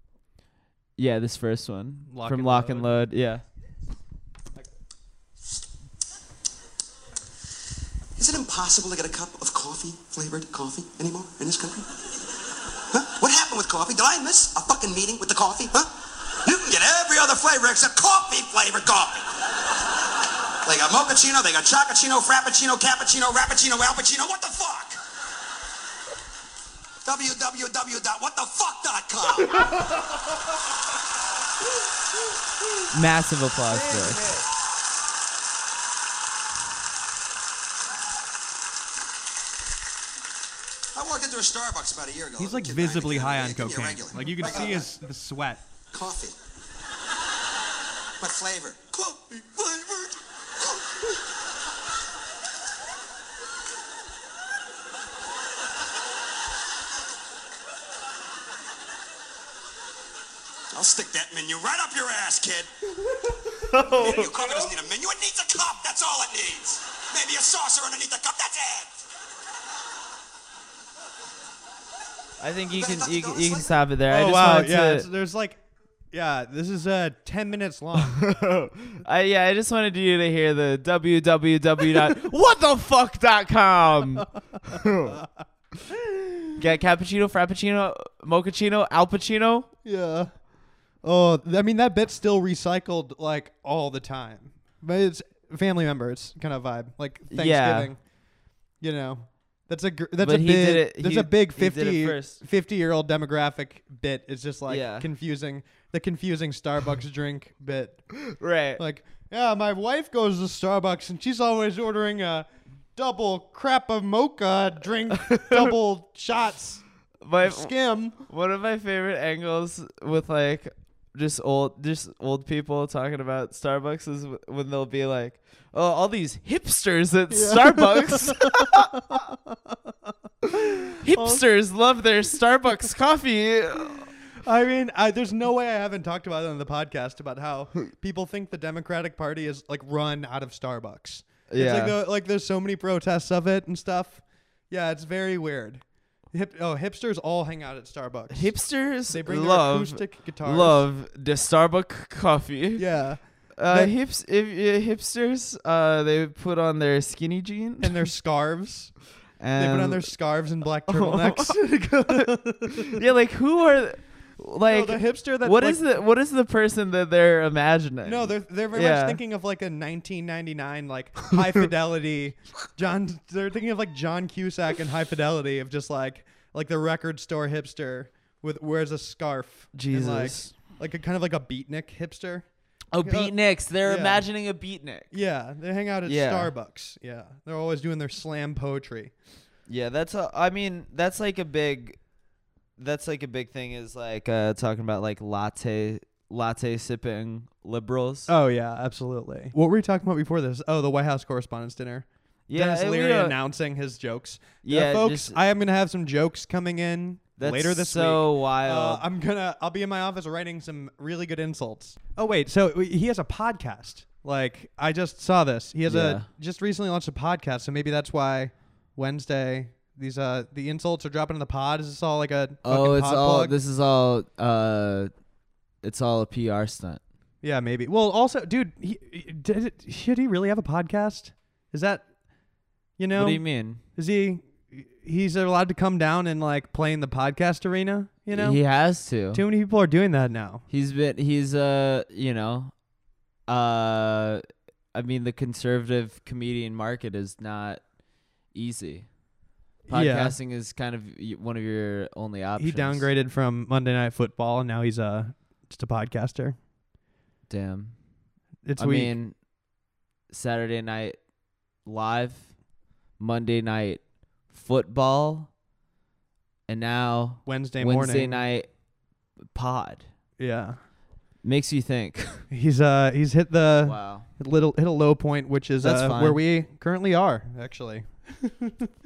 S1: yeah, this first one
S2: Lock
S1: from
S2: and
S1: Lock and Load. Yeah.
S5: Is it impossible to get a cup of coffee, flavored coffee, anymore in this country? Huh? What happened with coffee? Did I miss a fucking meeting with the coffee? Huh? You can get every other flavor except coffee flavored coffee. They got mochaccino, they got chocochino, frappuccino, cappuccino, rappuccino, alpuccino. What the fuck? www.whatthefuck.com.
S1: Massive applause for it.
S5: I walked into a Starbucks about a year ago.
S2: He's like
S5: Kid behind me,
S2: visibly
S5: kid
S2: high
S5: behind
S2: on
S5: me, give me a
S2: cocaine.
S5: regular.
S2: Like you can
S5: Right
S2: see
S5: on.
S2: his the sweat.
S5: Coffee. What flavor? Coffee flavored. I'll stick that menu right up your ass, kid. menu coffee doesn't need a menu. It needs a cup. That's all it needs. Maybe a saucer underneath the cup. That's it.
S1: I think you can you, can- you can stop it there. I
S2: Oh
S1: just
S2: wow!
S1: wanted
S2: Yeah,
S1: to
S2: it's- there's like, yeah, this is uh ten minutes long.
S1: I, yeah, I just wanted you to hear the www.whatthefuck.com. Get cappuccino, frappuccino, mochaccino, alpuccino.
S2: yeah. Oh, th- I mean that bit's still recycled like all the time, but it's family member. It's kind of vibe like
S1: Yeah.
S2: Thanksgiving. You know, that's a gr- that's
S1: But
S2: a
S1: he
S2: big
S1: did it-
S2: that's
S1: he-
S2: a big
S1: he did it
S2: 50,
S1: first.
S2: 50 year old demographic bit. It's just like
S1: Yeah.
S2: confusing the confusing Starbucks drink bit.
S1: Right.
S2: Like, yeah, my wife goes to Starbucks and she's always ordering a double crap of mocha drink, double shots,
S1: my,
S2: skim.
S1: one of my favorite angles with like just old just old people talking about Starbucks is wh- when they'll be like, "Oh, all these hipsters at Starbucks." hipsters love their Starbucks coffee.
S2: I mean, I, there's no way I haven't talked about it on the podcast about how people think the Democratic Party is like run out of Starbucks. It's
S1: Yeah.
S2: like, the, like there's so many protests of it and stuff. Yeah, it's very weird. Hip, oh, hipsters all hang out at Starbucks.
S1: Hipsters
S2: They bring their
S1: love
S2: acoustic guitars.
S1: Love the Starbucks coffee.
S2: Yeah.
S1: Uh,
S2: That-
S1: hips if uh, hipsters uh they put on their skinny jeans
S2: And their scarves.
S1: and Oh.
S2: They put on their scarves and black turtlenecks.
S1: yeah like who are th- Like
S2: the hipster that,
S1: What
S2: like-
S1: is the what is the person that they're imagining?
S2: No, they're they're very
S1: Yeah.
S2: much thinking of like a 1999 like high fidelity John. They're thinking of like John Cusack and high fidelity of just like like the record store hipster with wears a scarf. and,
S1: Jesus.
S2: like, like a kind of like a beatnik hipster.
S1: oh beatniks. They're
S2: yeah.
S1: imagining a beatnik.
S2: Yeah, they hang out at
S1: Yeah.
S2: Starbucks. Yeah, they're always doing their slam poetry.
S1: Yeah, that's a. I mean, that's like a big. That's like a big thing is like uh, talking about like latte latte sipping liberals.
S2: Oh yeah, absolutely. What were we talking about before this? Oh, the White House Correspondents' Dinner.
S1: yeah,
S2: Dennis
S1: and we
S2: Leary
S1: don't-
S2: announcing his jokes.
S1: Yeah,
S2: Yeah, folks,
S1: just-
S2: I am gonna have some jokes coming in
S1: That's
S2: later this
S1: so
S2: week.
S1: wild.
S2: Uh, I'm gonna, I'll be in my office writing some really good insults. Oh wait, so w- he has a podcast. Like I just saw this. He has
S1: Yeah.
S2: a just recently launched a podcast, so maybe that's why Wednesday these uh the insults are dropping in the pod. Is this all like a
S1: Oh,
S2: fucking
S1: it's
S2: pod
S1: all.
S2: plug?
S1: This is all. Uh, it's all a PR stunt.
S2: Yeah, maybe. Well, also, dude, he, he- did it, should he really have a podcast? Is that you know?
S1: What do you mean?
S2: Is he he's allowed to come down and like play in the podcast arena? You know,
S1: he has to.
S2: too many people are doing that now.
S1: He's been. He's uh. You know. Uh, I mean, the conservative comedian market is not easy.
S2: Yeah.
S1: Podcasting is kind of y- one of your only options.
S2: He downgraded from Monday Night Football, and now he's uh just a podcaster.
S1: Damn.
S2: It's
S1: I
S2: weak.
S1: mean, Saturday night live, Monday night football, and now
S2: Wednesday morning.
S1: Wednesday night pod.
S2: Yeah,
S1: Makes you think.
S2: he's uh he's hit the
S1: wow.
S2: little hit a low point, which is
S1: That's
S2: uh,
S1: fine.
S2: where we currently are actually.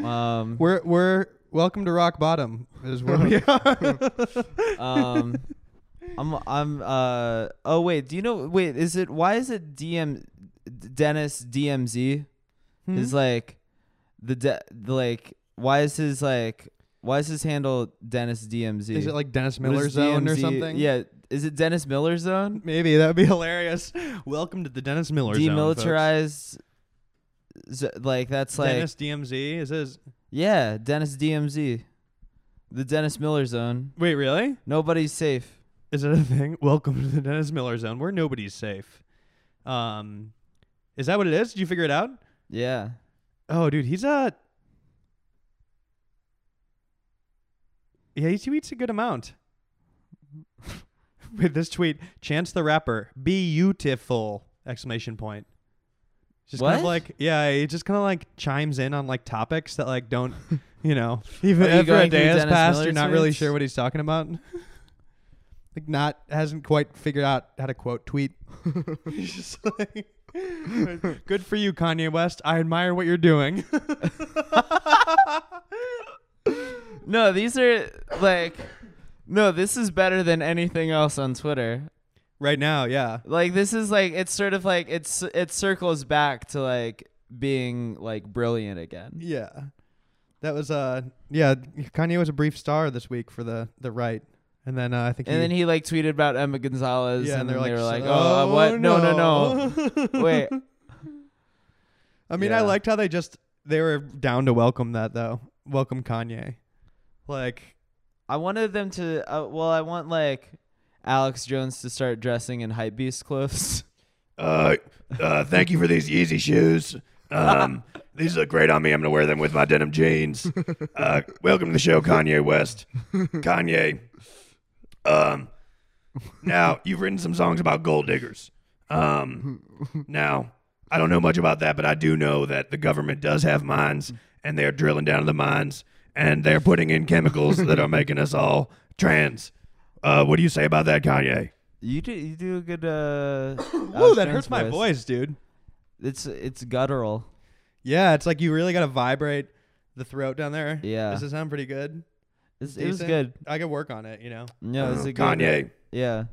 S1: Um,
S2: We're we're welcome to rock bottom is where we are.
S1: um, I'm I'm uh oh wait, do you know wait, is it why is it DM D- Dennis DMZ
S2: Hmm?
S1: is like the, de- the like why is his like why is his handle Dennis DMZ?
S2: Is it like Dennis
S1: What is
S2: Miller Zone or
S1: DMZ?
S2: something?
S1: Yeah, is it Dennis Miller Zone?
S2: Maybe that would be hilarious. Welcome to the Dennis Miller Zone.
S1: Demilitarized z- like that's
S2: folks.
S1: like
S2: Dennis DMZ is his.
S1: yeah, Dennis DMZ. The Dennis Miller Zone.
S2: Wait, really?
S1: Nobody's safe.
S2: Is it a thing? Welcome to the Dennis Miller Zone, where nobody's safe. Um, is that what it is? Did you figure it out?
S1: Yeah.
S2: Oh, dude, he's a. Yeah, he tweets a good amount. With this tweet, Chance the Rapper, beautiful! Exclamation point. Just kind of
S1: What?
S2: like, yeah, he just kind of like chimes in on like topics that like don't, you know, even
S1: Are you
S2: after a
S1: going through
S2: day has
S1: Dennis
S2: passed,
S1: Miller
S2: you're not really
S1: tweets?
S2: sure what he's talking about. like, not hasn't quite figured out how to quote tweet. He's just like, good for you, Kanye West. I admire what you're doing.
S1: No, these are like no, this is better than anything else on Twitter.
S2: right now, yeah.
S1: Like this is like it's sort of like it's it circles back to like being like brilliant again.
S2: Yeah. That was uh yeah, Kanye was a brief star this week for the the right. And then uh, I think
S1: And then
S2: he,
S1: he like tweeted about Emma Gonzalez
S2: yeah,
S1: and, then they were like,
S2: "So-
S1: "Oh, uh, what? No, no, no. Wait.
S2: I mean, I
S1: Yeah.
S2: liked how they just they were down to welcome that though. Welcome Kanye. Like
S1: I wanted them to uh, well, I want like Alex Jones to start dressing in hype beast clothes.
S6: Uh, uh, thank you for these Yeezy shoes. Um, these look great on me. I'm gonna wear them with my denim jeans. Uh, welcome to the show, Kanye West. Kanye. Um, now you've written some songs about gold diggers. Um, now I don't know much about that, but I do know that the government does have mines, and they're drilling down to the mines, and they're putting in chemicals that are making us all trans. Uh, what do you say about that, Kanye?
S1: You do you do a good uh
S2: Ooh,
S1: Alex
S2: that
S1: Jones
S2: hurts my voice, dude.
S1: It's it's guttural.
S2: Yeah, it's like you really gotta vibrate the throat down there.
S1: Yeah.
S2: Does it sound pretty good?
S1: It's, it was
S2: Decent?
S1: good.
S2: I could work on it, you know.
S1: No, it's a good
S6: Kanye.
S1: Yeah.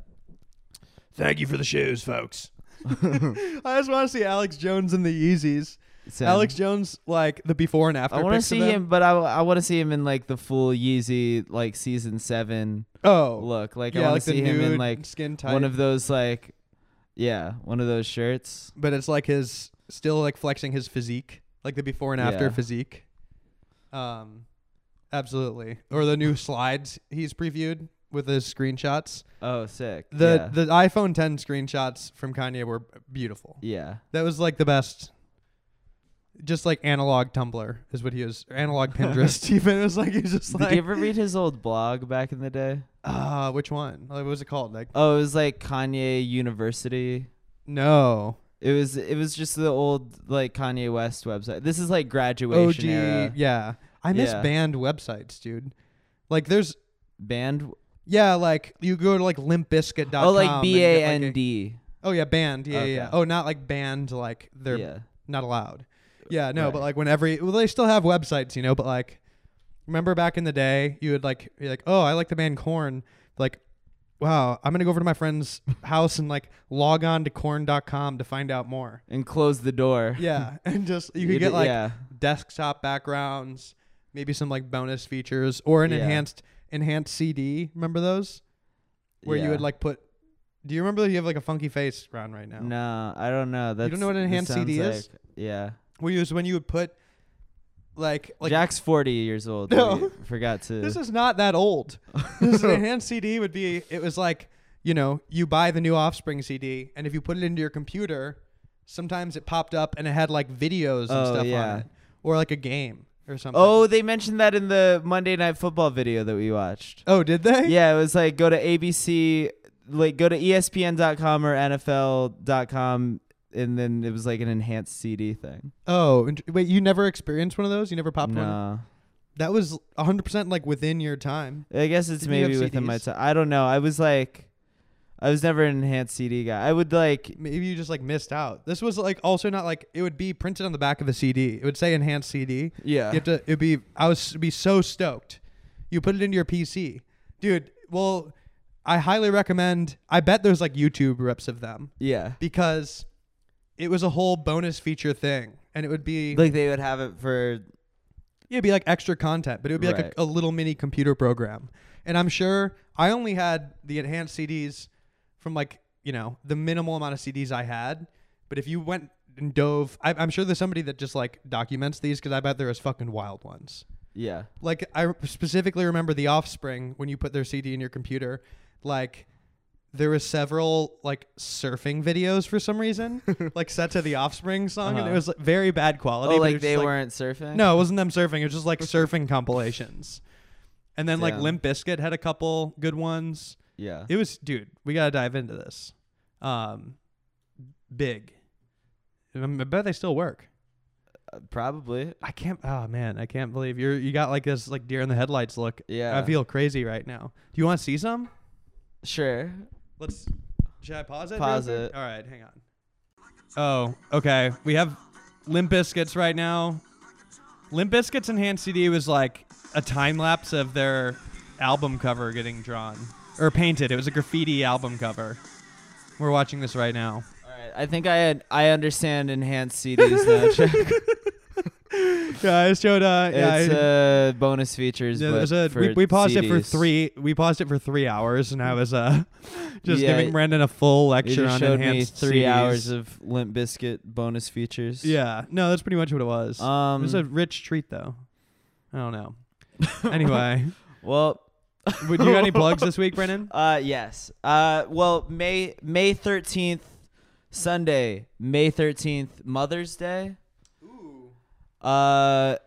S6: Thank you for the shoes, folks.
S2: I just want to see Alex Jones in the Yeezys.
S1: Same.
S2: Alex Jones, like the before and after.
S1: I
S2: want to
S1: see him, but I, I want to see him in like the full Yeezy like season seven
S2: Oh,
S1: look. Like I
S2: yeah,
S1: want
S2: like
S1: to
S2: the
S1: see him in
S2: nude
S1: like
S2: skin tight.
S1: one of those like, yeah, one of those shirts.
S2: but it's like his still like flexing his physique, like the before and after
S1: Yeah.
S2: physique. Um, absolutely. Or the new slides he's previewed. with his screenshots.
S1: Oh, sick. yeah.
S2: The the iPhone 10 screenshots from Kanye were beautiful.
S1: yeah.
S2: That was like the best. Just like analog Tumblr is what he was, or analog Pinterest. even it was like he was just
S1: Did you
S2: like,
S1: ever read his old blog back in the day?
S2: uh, which one? Like, what was it called? Like,
S1: Oh, it was like Kanye University.
S2: no,
S1: It was it was just the old like Kanye West website. This is like
S2: OG,
S1: graduation era.
S2: yeah. I miss
S1: Yeah.
S2: band websites, dude. Like, there's
S1: Band
S2: yeah, like you go to like limpbiscuit.com.
S1: Oh, like
S2: and you
S1: B
S2: get,
S1: A
S2: like,
S1: N
S2: a-
S1: D.
S2: Oh yeah, band. Yeah, yeah, yeah.
S1: Okay.
S2: Oh, not like band. Like they're
S1: Yeah.
S2: not allowed. Yeah, no. But
S1: Right.
S2: like when every well, they still have websites, you know. But like, remember back in the day, you would like be like, oh, I like the band Corn. Like, wow, I'm gonna go over to my friend's house and like log on to corn.com to find out more.
S1: And close the door.
S2: Yeah, and just you
S1: You
S2: could get
S1: d-
S2: like
S1: yeah.
S2: desktop backgrounds, maybe some like bonus features or an
S1: Yeah.
S2: enhanced enhanced CD. Remember those? Where you
S1: Yeah.
S2: would like put. Do you remember that you have like a funky face around right now?
S1: No, I don't know. That's
S2: don't know what an
S1: this
S2: enhanced CD
S1: sounds
S2: is?
S1: like- Yeah.
S2: Where you was when you would put like like
S1: Jack's forty years old.
S2: No.
S1: we Forgot to
S2: this is not that old. this is an enhanced CD would be it was like you know you buy the new Offspring CD and if you put it into your computer, sometimes it popped up and it had like videos and
S1: Oh,
S2: stuff
S1: yeah.
S2: on it or like a game or something.
S1: Oh, they mentioned that in the Monday Night Football video that we watched.
S2: oh, did they?
S1: Yeah, it was like go to ABC, like go to E ESPN.com or NFL.com, and then it was like an enhanced CD thing.
S2: Oh, int- wait, you never experienced one of those? You never popped one?
S1: No,
S2: That was 100% like within your time.
S1: I guess it's
S2: Did you have
S1: maybe within my
S2: CDs?
S1: time. I don't know. I was like, I was never an enhanced CD guy. I would like,
S2: Maybe you just like missed out. This was like also not like it would be printed on the back of a CD. It would say enhanced CD.
S1: yeah,
S2: You have to. It'd be. I was it'd be so stoked. You put it into your PC, dude. Well, I highly recommend. I bet there's like YouTube reps of them
S1: yeah.
S2: because it was a whole bonus feature thing, and it would be
S1: Like they would have it for
S2: it'd be like extra content, but it would be like
S1: Right.
S2: a, a little mini computer program. And I'm sure I only had the enhanced CDs from like you know the minimal amount of CDs I had. But if you went and dove, I, I'm sure there's somebody that just like documents these because I bet there is fucking wild ones
S1: yeah.
S2: like I re- specifically remember The Offspring when you put their CD in your computer, like there was several like surfing videos for some reason, like set to the Offspring song, and it
S1: Uh-huh.
S2: was like, very bad quality.
S1: Oh,
S2: but it
S1: like
S2: was
S1: they
S2: just,
S1: weren't surfing.
S2: No, it wasn't them surfing. It was just like surfing compilations, and then like
S1: Damn.
S2: Limp Bizkit had a couple good ones.
S1: Yeah.
S2: It was, dude, we gotta dive into this. Um, big. I bet they still work.
S1: Uh, Probably.
S2: I can't. Oh man, I can't believe you're. You got like this like deer in the headlights look. I
S1: Yeah.
S2: feel crazy right now. Do you want to see some?
S1: Sure.
S2: Let's. Should I pause it? real
S1: Pause
S2: quick?
S1: it.
S2: All right, hang on. Oh, okay. We have Limp Biscuits right now. Limp Biscuits enhanced CD was like a time lapse of their album cover getting drawn or painted. It was a graffiti album cover. We're watching this right now.
S1: All right. I think I I understand enhanced CDs now. Jack.
S2: Yeah, I showed. Uh, yeah,
S1: It's
S2: I-
S1: uh, bonus features.
S2: Yeah,
S1: but
S2: there's a,
S1: for
S2: we, we paused it for
S1: CDs.
S2: three. We paused it for three hours, and I was uh, just
S1: Yeah,
S2: giving Brandon a full
S1: You
S2: lecture
S1: just
S2: on
S1: showed me
S2: enhanced
S1: three
S2: CDs.
S1: hours of Limp Biscuit bonus features.
S2: yeah, no, that's pretty much what it was. it
S1: Um.
S2: was a rich treat, though. I don't know. Anyway,
S1: well.
S2: would you got any plugs this week, Brandon?
S1: Uh. Yes. Uh. Well. May May thirteenth, Sunday. May thirteenth, Mother's Day. Ooh. Uh.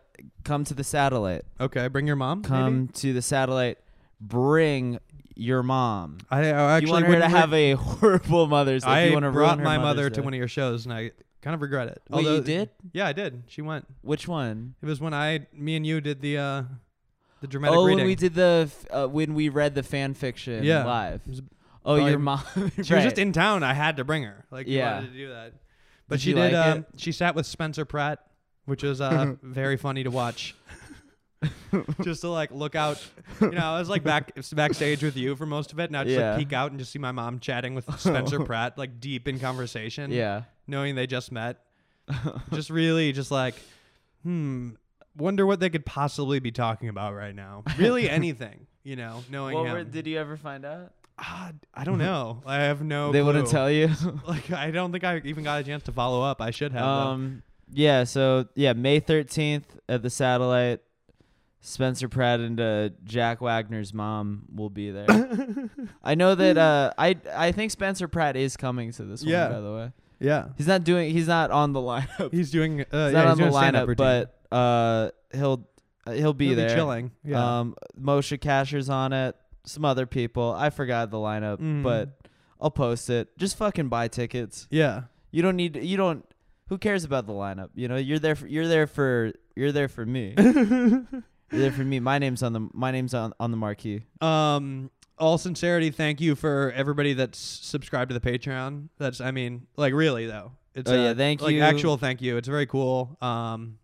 S1: Come to the satellite.
S2: Okay, bring your mom.
S1: Come
S2: maybe?
S1: to the satellite. Bring your mom.
S2: I, I
S1: you
S2: actually
S1: want her to
S2: wouldn't
S1: have
S2: re-
S1: a horrible Mother's Day.
S2: I
S1: if you want to
S2: brought
S1: ruin her
S2: my mother
S1: Mother's
S2: to
S1: Day.
S2: one of your shows, and I kind of regret it.
S1: Wait, you
S2: Although,
S1: did?
S2: Yeah, I did. She went.
S1: Which one?
S2: It was when I, me and you did the, uh, the dramatic
S1: oh,
S2: reading.
S1: when we did the f- uh, when we read the fan fiction
S2: Yeah.
S1: live.
S2: It was
S1: Oh,
S2: probably-
S1: your mom.
S2: She was just in town. I had to bring her. Like, we
S1: Yeah.
S2: wanted to do that. But
S1: Did
S2: she
S1: you
S2: did.
S1: like
S2: um,
S1: it?
S2: She sat with Spencer Pratt, which was uh, very funny to watch. just to like look out, you know, I was like back backstage with you for most of it, and I'd just
S1: Yeah. Oh.
S2: like peek out and just see my mom chatting with Spencer Pratt, like deep in conversation,
S1: Yeah.
S2: knowing they just met. just really, just like, hmm, wonder what they could possibly be talking about right now. Really, anything, you know, knowing
S1: What
S2: him.
S1: were, did you ever find out?
S2: Ah, I don't know. I have no.
S1: they wouldn't
S2: clue.
S1: tell you.
S2: Like I don't think I even got a chance to follow up. I should have. though.
S1: um. Yeah. So yeah, May thirteenth at the satellite. Spencer Pratt and uh, Jack Wagner's mom will be there. I know that uh, I I think Spencer Pratt is coming to this
S2: Yeah.
S1: one. By the way,
S2: Yeah.
S1: he's not doing he's not on the lineup.
S2: He's doing. Uh,
S1: he's
S2: yeah,
S1: not
S2: he's doing
S1: on
S2: a
S1: the
S2: stand-up
S1: lineup,
S2: routine.
S1: but uh, he'll uh, he'll be
S2: He'll be
S1: there
S2: chilling, yeah.
S1: Um, Moshe Kasher's on it. Some other people. I forgot the lineup,
S2: Mm-hmm.
S1: but I'll post it. Just fucking buy tickets.
S2: yeah,
S1: You don't need. You don't. Who cares about the lineup? You know, you're there. For, you're there for. You're there for me. you're there for me. My name's on the. My name's on on the marquee.
S2: um all sincerity thank you for everybody that's subscribed to the patreon that's i mean like really though it's
S1: Oh,
S2: uh,
S1: yeah, thank
S2: like
S1: you.
S2: actual thank you it's very cool um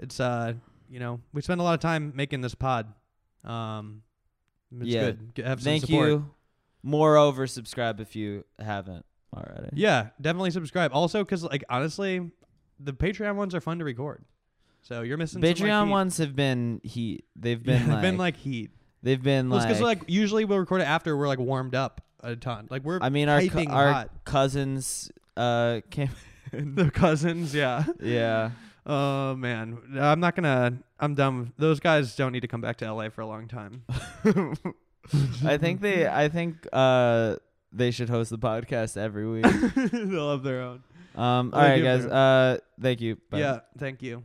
S2: it's uh you know we spend a lot of time making this pod um it's
S1: Yeah.
S2: good G- have some
S1: Thank
S2: support
S1: you. Moreover, subscribe if you haven't already.
S2: yeah definitely subscribe also because like honestly the patreon ones are fun to record so you're missing some,
S1: Patreon
S2: like, heat.
S1: ones have been heat. They've
S2: Yeah,
S1: been
S2: they've
S1: like.
S2: been like heat
S1: They've been
S2: because
S1: like.
S2: like usually we'll record it after we're like warmed up a ton like we're
S1: I mean, our co-
S2: piping
S1: our
S2: hot.
S1: cousins uh came.
S2: the cousins yeah
S1: yeah.
S2: Oh man, I'm not gonna. I'm done. with- Those guys don't need to come back to LA for a long time.
S1: I think they. I think uh they should host the podcast every week.
S2: They'll have their own.
S1: Um.
S2: Well,
S1: all
S2: they
S1: right,
S2: do
S1: guys.
S2: have
S1: Uh. Thank you. Bye.
S2: Yeah. Thank you.